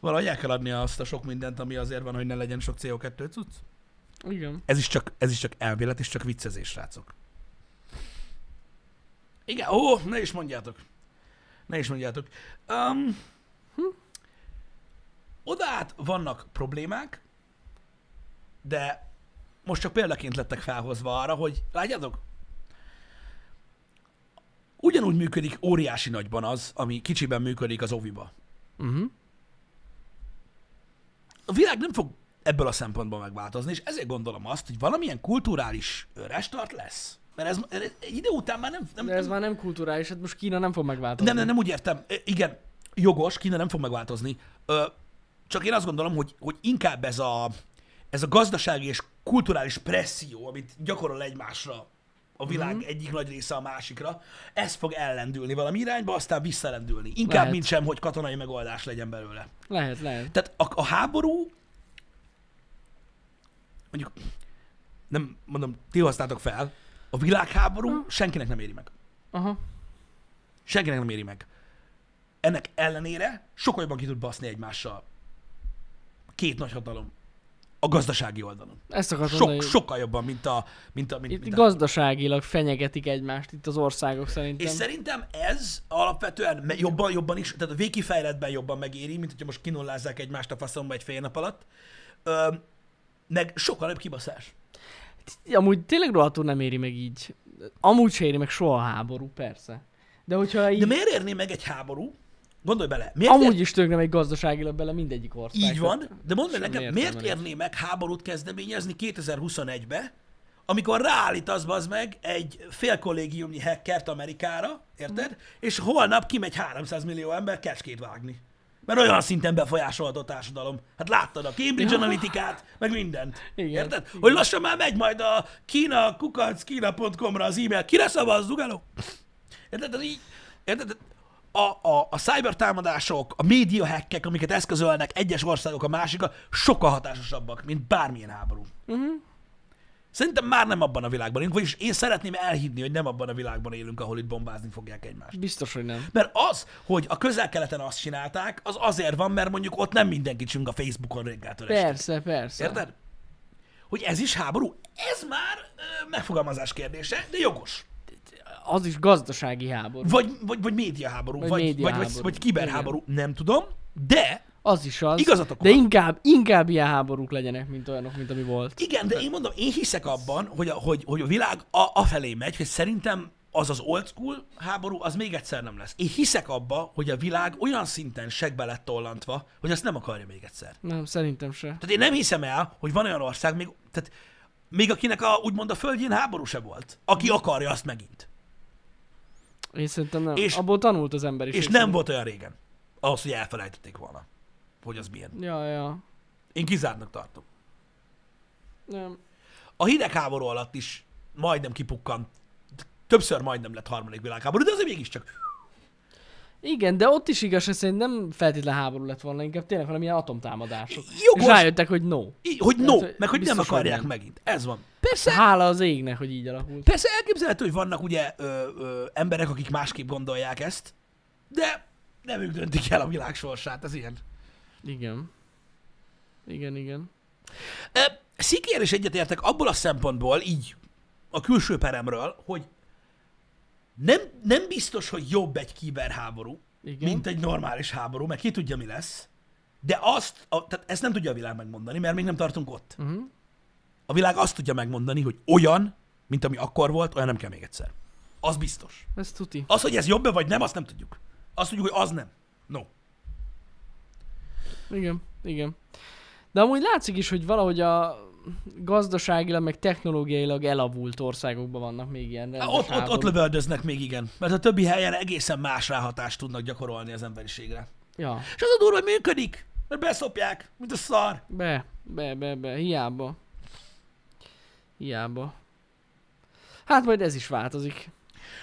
valahogy el kell adni azt a sok mindent, ami azért van, hogy ne legyen sok CO2 cucc.
Igen.
Ez is csak, ez is csak elmélet, és csak viccezés, srácok. Igen, ó, ne is mondjátok. Ne is mondjátok. Um, oda át vannak problémák, de most csak példaként lettek felhozva arra, hogy látjátok, ugyanúgy működik óriási nagyban az, ami kicsiben működik az oviba.
Uh-huh.
a világ nem fog ebből a szempontból megváltozni, és ezért gondolom azt, hogy valamilyen kulturális restart lesz. Mert ez, ez egy idő után már nem... nem
De ez
nem,
már nem kulturális, hát most Kína nem fog megváltozni.
nem, nem, nem úgy értem. Ö, Igen, jogos, Kína nem fog megváltozni. Ö, csak én azt gondolom, hogy, hogy inkább ez a, ez a gazdasági és kulturális presszió, amit gyakorol egymásra a világ mm-hmm. egyik nagy része a másikra, ez fog ellendülni valami irányba, aztán visszalendülni. Inkább,
Lehet.
mint sem, hogy katonai megoldás legyen belőle.
Lehet, lehet.
Tehát a, a háború, mondjuk, nem mondom, ti használtok fel, a világháború senkinek nem éri meg.
Aha.
Senkinek nem éri meg. Ennek ellenére sokkal jobban ki tud baszni egymással két nagy hatalom a gazdasági oldalon.
Ezt akartam
Sok,
mondani.
sokkal jobban, mint a... Mint a, mint,
Itt
mint a
gazdaságilag fenyegetik egymást itt az országok
és
szerintem.
szerintem ez alapvetően me- jobban, jobban is, tehát a végkifejletben jobban megéri, mint hogyha most kinullázzák egymást a faszomba egy fél nap alatt. Ö, meg sokkal jobb kibaszás.
Amúgy tényleg rohadtul nem éri meg így. Amúgy se éri meg soha a háború, persze. De hogyha így,
De miért érné meg egy háború? Gondolj bele. Miért
amúgy is tök nem egy gazdaságilag bele mindegyik ország.
ér... Így
Tehát
van, de mondd meg
Semmi
nekem,
értelme
miért
nincs.
érné meg háborút kezdeményezni 2021-be, amikor ráállítasz az meg egy félkollégiumnyi hackert Amerikára, érted? És holnap kimegy 300 millió ember kecskét vágni. Mert olyan szinten befolyásolható a társadalom. Hát láttad a Cambridge Analytikát, meg mindent.
Igen,
Érted? Hogy lassan már megy majd a kína kukac kína.com-ra az e-mail. Kire szavazzuk, elő? Érted? Tehát így, érted? A, a, a cyber támadások, a média hackek, amiket eszközölnek egyes országok a másikra, sokkal hatásosabbak, mint bármilyen háború. Uh-huh. Szerintem már nem abban a világban élünk, vagyis én szeretném elhinni, hogy nem abban a világban élünk, ahol itt bombázni fogják egymást.
Biztos, hogy nem.
Mert az, hogy a közel-keleten azt csinálták, az azért van, mert mondjuk ott nem mindenki csüng a Facebookon reggeltől estig.
Persze, persze.
Érted? Hogy ez is háború? Ez már ö, megfogalmazás kérdése, de jogos.
Az is gazdasági háború.
Vagy, vagy, vagy médiaháború, vagy,
Vagy
vagy, vagy,
médiaháború.
vagy, vagy kiberháború, nem tudom, de
Az is az.
Igazatok
De
van.
inkább, inkább ilyen háborúk legyenek, mint olyanok, mint ami volt.
igen, de én mondom, én hiszek abban, hogy a, hogy, hogy a világ a, afelé megy, hogy szerintem az az old school háború, az még egyszer nem lesz. Én hiszek abba, hogy a világ olyan szinten segbe lett tollantva, hogy azt nem akarja még egyszer.
Nem, szerintem se.
Tehát én nem hiszem el, hogy van olyan ország, még, tehát, még akinek a, úgymond a földjén háború se volt, aki akarja azt megint.
Én szerintem nem.
És-
És, Abból tanult az ember is.
És
én
nem volt olyan régen, ahhoz, hogy elfelejtették volna, hogy az milyen.
szerintem. Ja, ja.
Én kizártnak tartom.
Nem.
A hidegháború alatt is majdnem kipukkant. Többször majdnem lett harmadik világháború, de azért mégiscsak.
Igen, de ott is igaz, hogy szerintem nem feltétlen háború lett volna, inkább tényleg valamilyen atomtámadások.
Jogos.
És rájöttek, hogy no.
Így, hogy
Tehát,
no,
hát, hogy
meg hogy nem
biztos, hogy
akarják
nem.
megint. Ez van.
Hála az égnek, hogy így alakult.
Persze elképzelhető, hogy vannak ugye ö, ö, emberek, akik másképp gondolják ezt, de nem ők döntik el a világ sorsát, ez ilyen.
Igen. Igen, igen.
Ö, Szikér is egyetértek abból a szempontból, így a külső peremről, hogy nem, nem biztos, hogy jobb egy kiberháború,
Igen.
mint egy normális háború, mert ki tudja, mi lesz. De azt, a, tehát ezt nem tudja a világ megmondani, mert még nem tartunk ott.
Uh-huh.
A világ azt tudja megmondani, hogy olyan, mint ami akkor volt, olyan nem kell még egyszer. Az biztos.
Ez tuti.
Az, hogy ez jobb vagy nem, azt nem tudjuk. Azt tudjuk, hogy az nem. No.
Igen, igen. De amúgy látszik is, hogy valahogy a gazdaságilag, meg technológiailag elavult országokban vannak még ilyen
Há,
rendes
Ott, ott, ott
háborúk.
lövöldöznek még, igen. Mert a többi helyen egészen más ráhatást tudnak gyakorolni az emberiségre.
Ja,
És az a durva, hogy működik, mert beszopják, mint a szar.
be, be, be, be, hiába. Hiába. Hát majd ez is változik.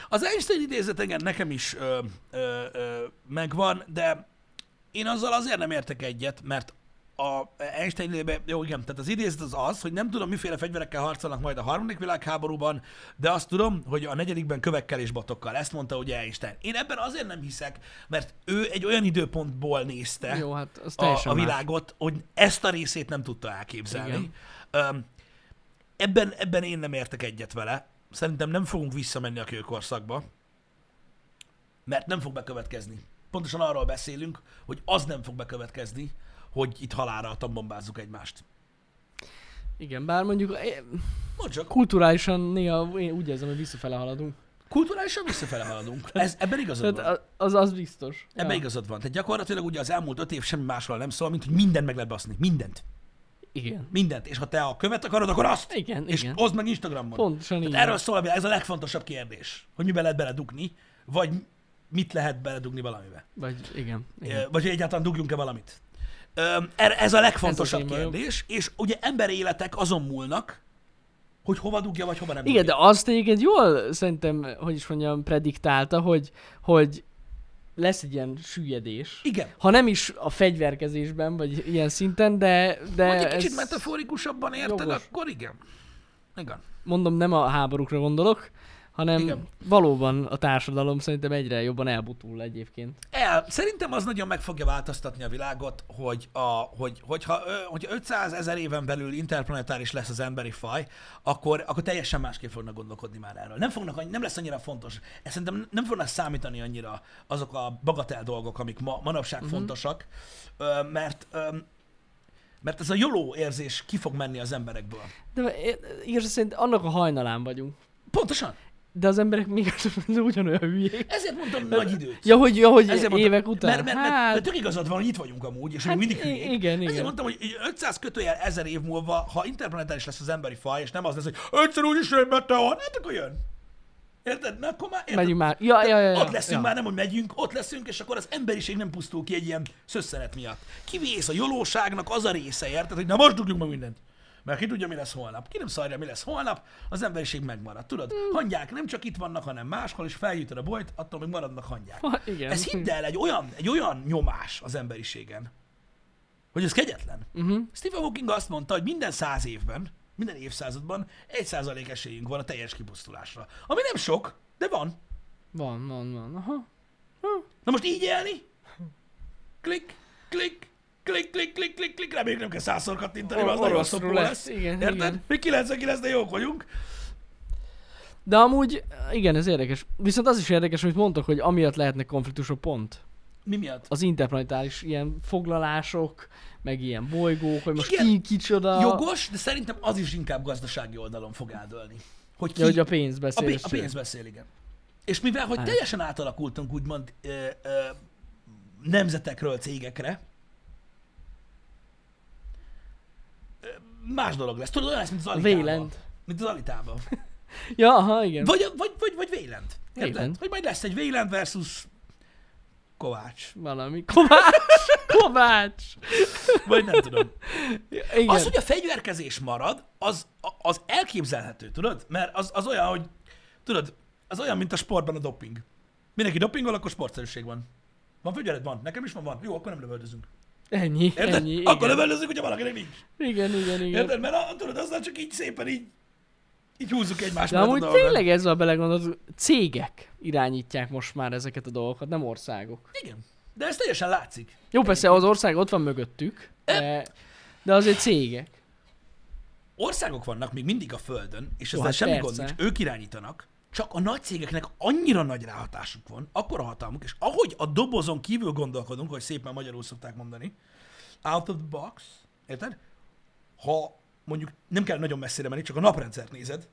Az Einstein idézet igen, nekem is ö, ö, ö, megvan, de én azzal azért nem értek egyet, mert a Einstein idébe, jó igen, tehát az idézet az az, hogy nem tudom, miféle fegyverekkel harcolnak majd a harmadik világháborúban, de azt tudom, hogy a negyedikben kövekkel és batokkal. Ezt mondta ugye Einstein. Én ebben azért nem hiszek, mert ő egy olyan időpontból nézte,
Jó, hát az
a,
teljesen
a
más.
világot, hogy ezt a részét nem tudta elképzelni.
Igen.
Öm, ebben, ebben én nem értek egyet vele. Szerintem nem fogunk visszamenni a kőkorszakba, mert nem fog bekövetkezni. Pontosan arról beszélünk, hogy az nem fog bekövetkezni, hogy itt halára bombázzuk egymást.
Igen, bár mondjuk eh,
Mondd csak,
kulturálisan néha én úgy érzem, hogy visszafele haladunk.
kulturálisan visszafele haladunk. Ez, ebben igazad
Tehát
van.
a- az, az biztos.
Ebben
Hát, ja.
igazad van. Tehát gyakorlatilag ugye az elmúlt öt év semmi másról nem szól, mint hogy mindent meg lehet baszni. Mindent.
Igen.
Mindent. És ha te a követ akarod, akkor azt.
Igen,
és
igen.
oszd meg Instagramon.
Pontosan így.
Tehát erről szól a világ, ez a legfontosabb kérdés, hogy mibe lehet beledugni, vagy mit lehet beledugni valamibe.
Vagy igen. igen.
Ö, Vagy hogy egyáltalán dugjunk-e valamit. Ö, er- Ez a legfontosabb
Ez a téma,
kérdés, és ugye emberéletek azon múlnak, hogy hova dugja, vagy hova nem
Igen, de
dugja.
azt egyébként jól szerintem, hogy is mondjam, prediktálta, hogy, hogy lesz egy ilyen süllyedés.
Igen.
Ha nem is a fegyverkezésben, vagy ilyen szinten, de, de
Hogy egy kicsit
ez,
metaforikusabban érted,
jogos.
akkor igen. Igen.
mondom, nem a háborúkra gondolok, hanem
Igen.
Igen. valóban a társadalom szerintem egyre jobban elbutul egyébként.
El, szerintem az nagyon meg fogja változtatni a világot, hogy a, hogy, hogyha, ö, hogyha 500 ezer éven belül interplanetáris lesz az emberi faj, akkor, akkor teljesen másképp fognak gondolkodni már erről. Nem, fognak, annyi- nem lesz annyira fontos. Ez szerintem nem fognak számítani annyira azok a bagatel dolgok, amik ma, manapság uh-huh. fontosak, ö, mert, ö, mert ez a jóló érzés ki fog menni az emberekből.
De igazán szerint annak a hajnalán vagyunk.
Pontosan.
De az emberek még ugyanolyan hülyék.
Ezért mondtam nagy időt.
Ja, hogy, ja, hogy
Ezért
évek
mondtam,
után.
Mert, mert, mert, hát... mert tök igazad van, hogy itt vagyunk amúgy, és hát,
Hát
mindig
i-
hülyék.
igen,
Ezért
igen.
mondtam, hogy 500 kötőjel 1000 év múlva, ha interplanetáris lesz az emberi faj, és nem az lesz, hogy ötször úgyis jön meteor, hát akkor jön. Érted? Na akkor már érted?
Megyünk már. Ja, ja, ja, ja.
ott leszünk
ja.
már, nem hogy megyünk, ott leszünk, és akkor az emberiség nem pusztul ki egy ilyen szösszenet miatt. Kivész a jolóságnak az a része, érted, hogy na most dugjuk meg mindent. Mert ki tudja, mi lesz holnap. Ki nem szarja, mi lesz holnap, az emberiség megmarad. Tudod,
Mm.
hangyák nem csak itt vannak, hanem máshol, és felgyűjtöd a bolyt, attól még maradnak hangyák.
Ha, igen.
Ez hidd el, egy olyan, egy olyan nyomás az emberiségen, hogy ez kegyetlen.
Mhm.
Uh-huh. Stephen Hawking azt mondta, hogy minden száz évben, minden évszázadban egy százalék esélyünk van a teljes kipusztulásra. Ami nem sok, de van.
Van, van, van. Aha.
Na most így élni? Klik, klik, klik, klik, klik, klik, klik, reméljük nem kell százszor kattintani,
Or-
mert az nagyon
oroszul
szopó
lesz,
lesz.
igen,
Érted?
igen.
Mi 99 de jók vagyunk.
De amúgy, igen, ez érdekes. Viszont az is érdekes, amit mondtak, hogy amiatt lehetnek konfliktusok pont.
Mi miatt?
Az interplanetáris ilyen foglalások, meg ilyen bolygók, hogy most
Igen.
ki kicsoda.
Jogos, de szerintem az is inkább gazdasági oldalon fog eldőlni. Hogy ki,
Ja, hogy a pénz
A,
beszél.
pé- a pénz beszél, igen. És mivel, hogy
Hát.
teljesen átalakultunk úgymond ö, ö, nemzetekről cégekre, ö, más dolog lesz. Tudod, olyan lesz, mint az Alitában.
Wayland.
Mint az Alitában.
Ja, aha, igen.
Vagy, vagy, vagy, vagy Wayland. Érted?
Wayland.
Hogy majd lesz egy Wayland versus Kovács.
Valami. Kovács! Kovács!
Vagy nem tudom.
Ja, Igen.
Az, hogy a fegyverkezés marad, az, a- az elképzelhető, tudod? Mert az, az olyan, hogy tudod, az olyan, mint a sportban a doping. Mindenki dopingol, akkor sportszerűség van. Van fegyvered? Van. Nekem is van, van. Jó, akkor nem lövöldözünk.
Ennyi,
Érted?
ennyi. Igen.
akkor lövöldözünk, hogyha valakinek nincs.
igen, igen, igen.
Érted? Mert a, tudod, azzal csak így szépen így, így húzzuk egymást.
De
mellett a
amúgy
dolgokat.
tényleg ezzel belegondolt, cégek irányítják most már ezeket a dolgokat, nem országok.
Igen. De ez teljesen látszik.
Jó, persze az ország ott van mögöttük, de, De azért cégek.
Országok vannak még mindig a Földön, és
Jó,
ezzel
hát
semmi
persze.
gond nincs, ők irányítanak, csak a nagy cégeknek annyira nagy ráhatásuk van, akkora hatalmuk, és ahogy a dobozon kívül gondolkodunk, hogy szépen magyarul szokták mondani, out of the box, érted? Ha mondjuk nem kell nagyon messzire menni, csak a naprendszert nézed,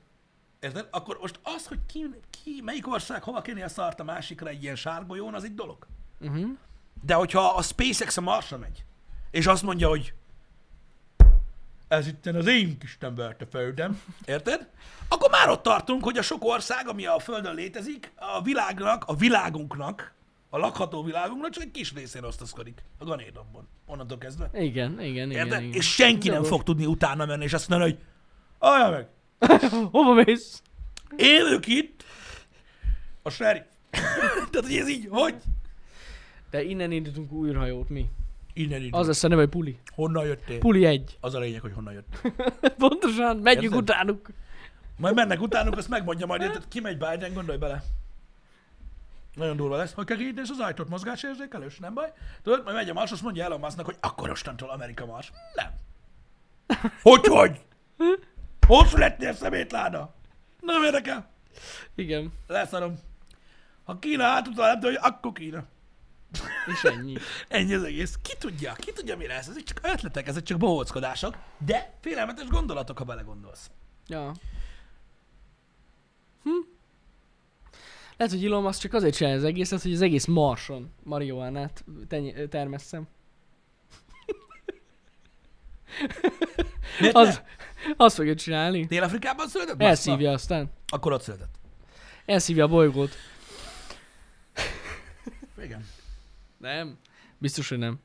érted? Akkor most az, hogy ki, ki melyik ország hova kéne a szart a másikra egy ilyen sárgolyón, az egy dolog.
Uh-huh.
De hogyha a SpaceX a Marsra megy, és azt mondja, hogy ez itt az én kis tembert a földem, érted? Akkor már ott tartunk, hogy a sok ország, ami a Földön létezik, a világnak, a világunknak, a lakható világunknak csak egy kis részén osztozkodik, a Ganédomban. Onnantól kezdve.
Igen, igen, igen,
Érted?
igen.
És senki nem
Jogos.
fog tudni utána menni, és azt mondani, hogy Ajaj meg,
Hova mész?
élők itt, a sheriff. Tehát, hogy ez így, hogy?
De innen indítunk űrhajót mi.
Innen így.
Az lesz a neve, hogy Puli.
Honnan jöttél?
Puli egy.
Az a lényeg, hogy honnan jött.
Pontosan, megyünk
Érted?
utánuk.
Majd mennek utánuk, azt megmondja majd, érted, kimegy Biden, gondolj bele. Nagyon durva lesz. Hogy kell kinyitni ezt az ajtót, mozgásérzékelős, nem baj? Tudod, majd megy a Mars, azt mondja Elon Musknak, hogy akkor mostantól Amerika Mars. Nem. Hogy, hogy? Hol születnél szemétláda? Nem érdekel.
Igen,
Leszarom. Ha Kína hátutal nem tudja, hogy akkor Kína.
és ennyi.
Ennyi az egész. Ki tudja, ki tudja, mi lesz. Ezek csak ötletek, ezek csak bohóckodások, de félelmetes gondolatok, ha belegondolsz.
Ja. Hm? Lehet, hogy Elon Musk csak azért csinálja az egészet, hogy az egész marson marihuánát teny- termesszem.
Miért
Az,
ne?
azt fogja csinálni.
Dél-Afrikában született? Bassza?
Elszívja aztán.
Akkor ott született.
Elszívja a bolygót.
Igen.
Nem. Biztos, hogy nem.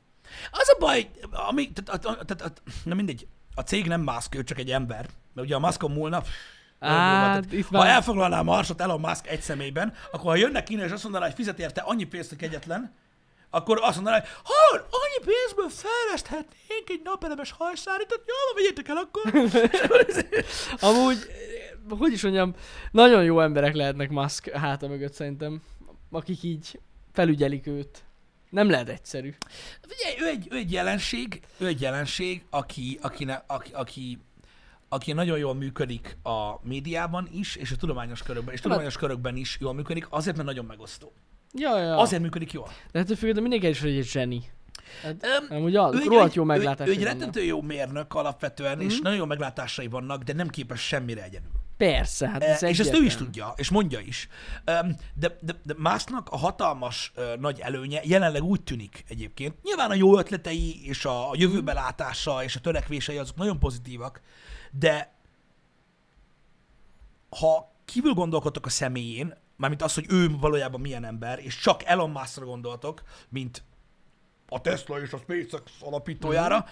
Az a baj, ami, tehát, a- a- tehát, a- na mindegy, a cég nem Musk, ő csak egy ember. Mert ugye a Muskon múlna, pff, nagyon durva.
Á,
Tehát,
itt
ha
már-
elfoglalná a Marsot Elon Musk egy személyben, akkor ha jönne Kína és azt mondaná, hogy fizet érte annyi pénzt, hogy egyetlen, akkor azt mondaná, hogy ha annyi pénzből fejleszthetnénk egy napelemes hajszárítót, jól van, vegyétek el akkor.
Amúgy, eh, hogy is mondjam, nagyon jó emberek lehetnek Musk háta mögött szerintem, akik így felügyelik őt. Nem lehet egyszerű.
Figyelj, ő egy, ő egy jelenség, ő egy jelenség, aki, aki, aki, aki, aki nagyon jól működik a médiában is, és a tudományos körökben, és tudományos körökben is jól működik, azért, mert nagyon megosztó.
Ja, ja.
Azért működik jól.
De ettől függ, de mindenki is, hogy egy zseni. Hát,
Öm,
Amúgy az,
ő egy-
rohadt jó Mhm.
ő-
meglátás.
Ő, egy rettentő jó mérnök alapvetően, és nagyon jó meglátásai vannak, de nem képes semmire egyedül.
Persze, hát
E,
ez
és ezt ő
egyértelmű.
is tudja, és mondja is. Öm, De, de, de másnak a hatalmas ö, nagy előnye jelenleg úgy tűnik egyébként. Nyilván a jó ötletei, és a, a jövőbelátása, és a törekvései azok nagyon pozitívak, de ha kívül gondolkodtok a személyén, mármint az, hogy ő valójában milyen ember, és csak Elon Muskra gondoltok, mint a Tesla és a SpaceX alapítójára,
Mhm.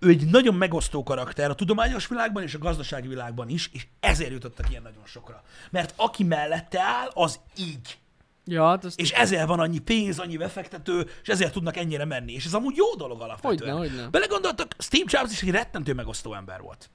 ő egy nagyon megosztó karakter a tudományos világban és a gazdasági világban is, és ezért jutottak ilyen nagyon sokra. Mert aki mellette áll, az így.
Ja, hát ezt
És ezért van annyi pénz, annyi befektető, és ezért tudnak ennyire menni. És ez amúgy jó dolog alapvetően.
Hogyne, hogyne.
Belegondoltak, Steve Jobs is egy rettentő megosztó ember volt.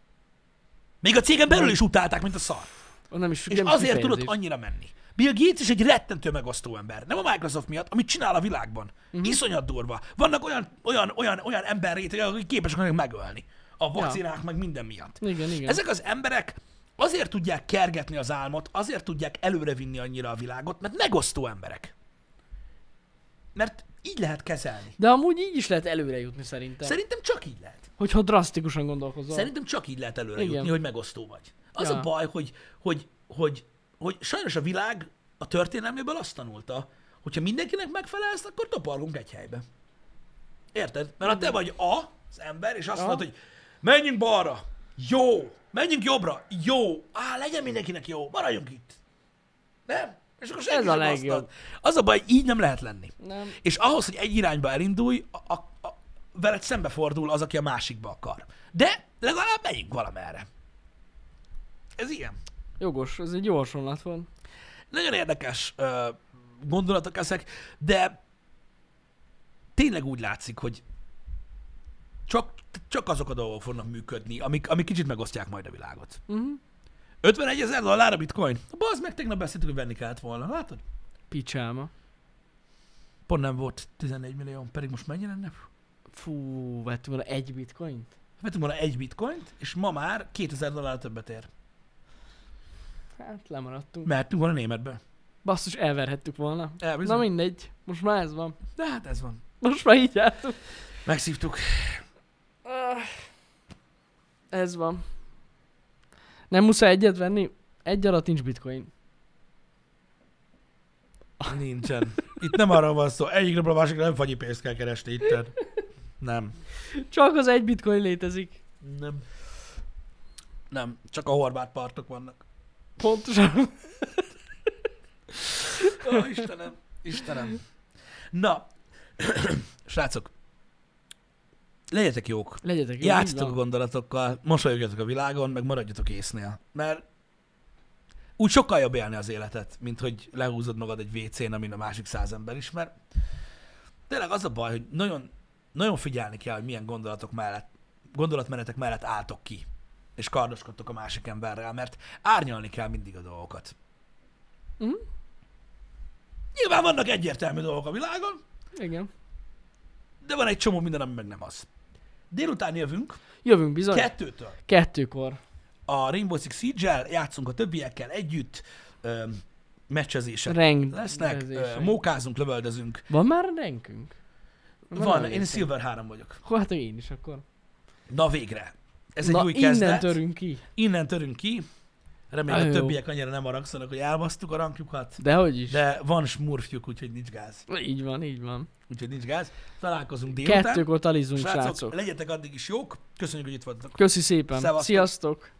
Még a cégen belül is utálták, mint a szar.
nem is
És
nem is
azért
kifejezés.
tudott annyira menni. Bill Gates is egy rettentő megosztó ember. Nem a Microsoft miatt, amit csinál a világban.
Mhm.
Uh-huh. Iszonyat durva. Vannak olyan, olyan, olyan, olyan emberrétegek, akik képesek vagyok megölni. A vacinák, ja. meg minden miatt.
Igen, igen.
Ezek az emberek azért tudják kergetni az álmot, azért tudják előrevinni annyira a világot, mert megosztó emberek. Mert így lehet kezelni.
De amúgy így is lehet előre jutni szerintem.
Szerintem csak így lehet.
Hogyha drasztikusan gondolkozol.
Szerintem csak így lehet előre
Igen.
jutni, hogy megosztó vagy. Az
Ja.
a baj, hogy, hogy, hogy, hogy sajnos a világ a történelméből azt tanulta, hogyha mindenkinek megfelelsz, akkor topargunk egy helybe. Érted? Mert ha te vagy A, az ember, és azt
Aha.
mondod, hogy menjünk balra, jó, menjünk jobbra, jó, á, legyen mindenkinek jó, maradjunk itt. Nem? És akkor senki
Ez a
sem basztat.
legjobb.
Az a baj, hogy így nem lehet lenni.
Nem.
És ahhoz, hogy egy irányba elindulj, a, a, a, veled szembefordul az, aki a másikba akar. De legalább megyünk valamerre. Ez ilyen.
Jogos, ez egy jó hasonlat volt.
Nagyon érdekes ö, gondolatok ezek, de tényleg úgy látszik, hogy csak, csak azok a dolgok fognak működni, amik, amik kicsit megosztják majd a világot.
Mhm.
51 ezer dollár a bitcoin? Bazd meg, tegnap beszéltük, hogy venni kellett volna, látod?
Picsáma.
Pont nem volt 14 millió, pedig most mennyi lenne?
Fú, vettünk volna egy bitcoint?
vettünk volna egy bitcoint, és ma már 2000 dollár többet ér.
Hát lemaradtunk.
Mehettünk volna németbe.
Basszus, elverhettük volna.
El,
Na mindegy, most már ez van.
De hát ez van.
Most már így jártunk.
Megszívtuk.
Ah, Ez van. Nem muszáj egyet venni? Egy alatt nincs bitcoin.
Nincsen. Itt nem arra van szó. Egyik napról a másikra nem fagyi pénzt kell keresni itten. Nem.
Csak az egy bitcoin létezik.
Nem. Nem. Csak a horvát partok vannak.
Pontosan.
Ó, Istenem. Istenem. Na. Srácok. Legyetek jók.
Legyetek jók, így
Játszatok a
van.
gondolatokkal, mosolyogjatok a világon, meg maradjatok észnél. Mert úgy sokkal jobb élni az életet, mint hogy lehúzod magad egy WC-n, amin a másik száz ember is, mert tényleg az a baj, hogy nagyon, nagyon figyelni kell, hogy milyen gondolatok mellett, gondolatmenetek mellett álltok ki, és kardoskodtok a másik emberrel, mert árnyalni kell mindig a dolgokat.
Mhm.
Nyilván vannak egyértelmű dolgok a világon,
Igen.
de van egy csomó minden, ami meg nem az. Délután jövünk,
Jövünk bizony.
kettőtől.
Kettőkor.
a Rainbow Six Siege-el, játszunk a többiekkel együtt, ö, meccsezések
Renk.
lesznek, ö,
rendezések.
mókázunk, lövöldözünk.
Van már renkünk? Már
Van,
nem
én
emlékszem.
Silver 3 vagyok.
Hó, Hát én is akkor.
Na végre! Ez egy
Na,
új
innen
kezdet.
törünk ki.
Innen törünk ki. Remélem, a
Nagyon jó.
többiek annyira nem haragszanak, hogy elbasztuk a rankjukat.
Dehogy is.
De van smurfjuk, úgyhogy nincs gáz.
Így van, így van.
Úgyhogy nincs gáz. Találkozunk délután.
Kettőkor talizunk,
srácok,
srácok.
legyetek addig is jók. Köszönjük, hogy itt voltatok.
Köszi szépen.
Szevasztok.
Sziasztok.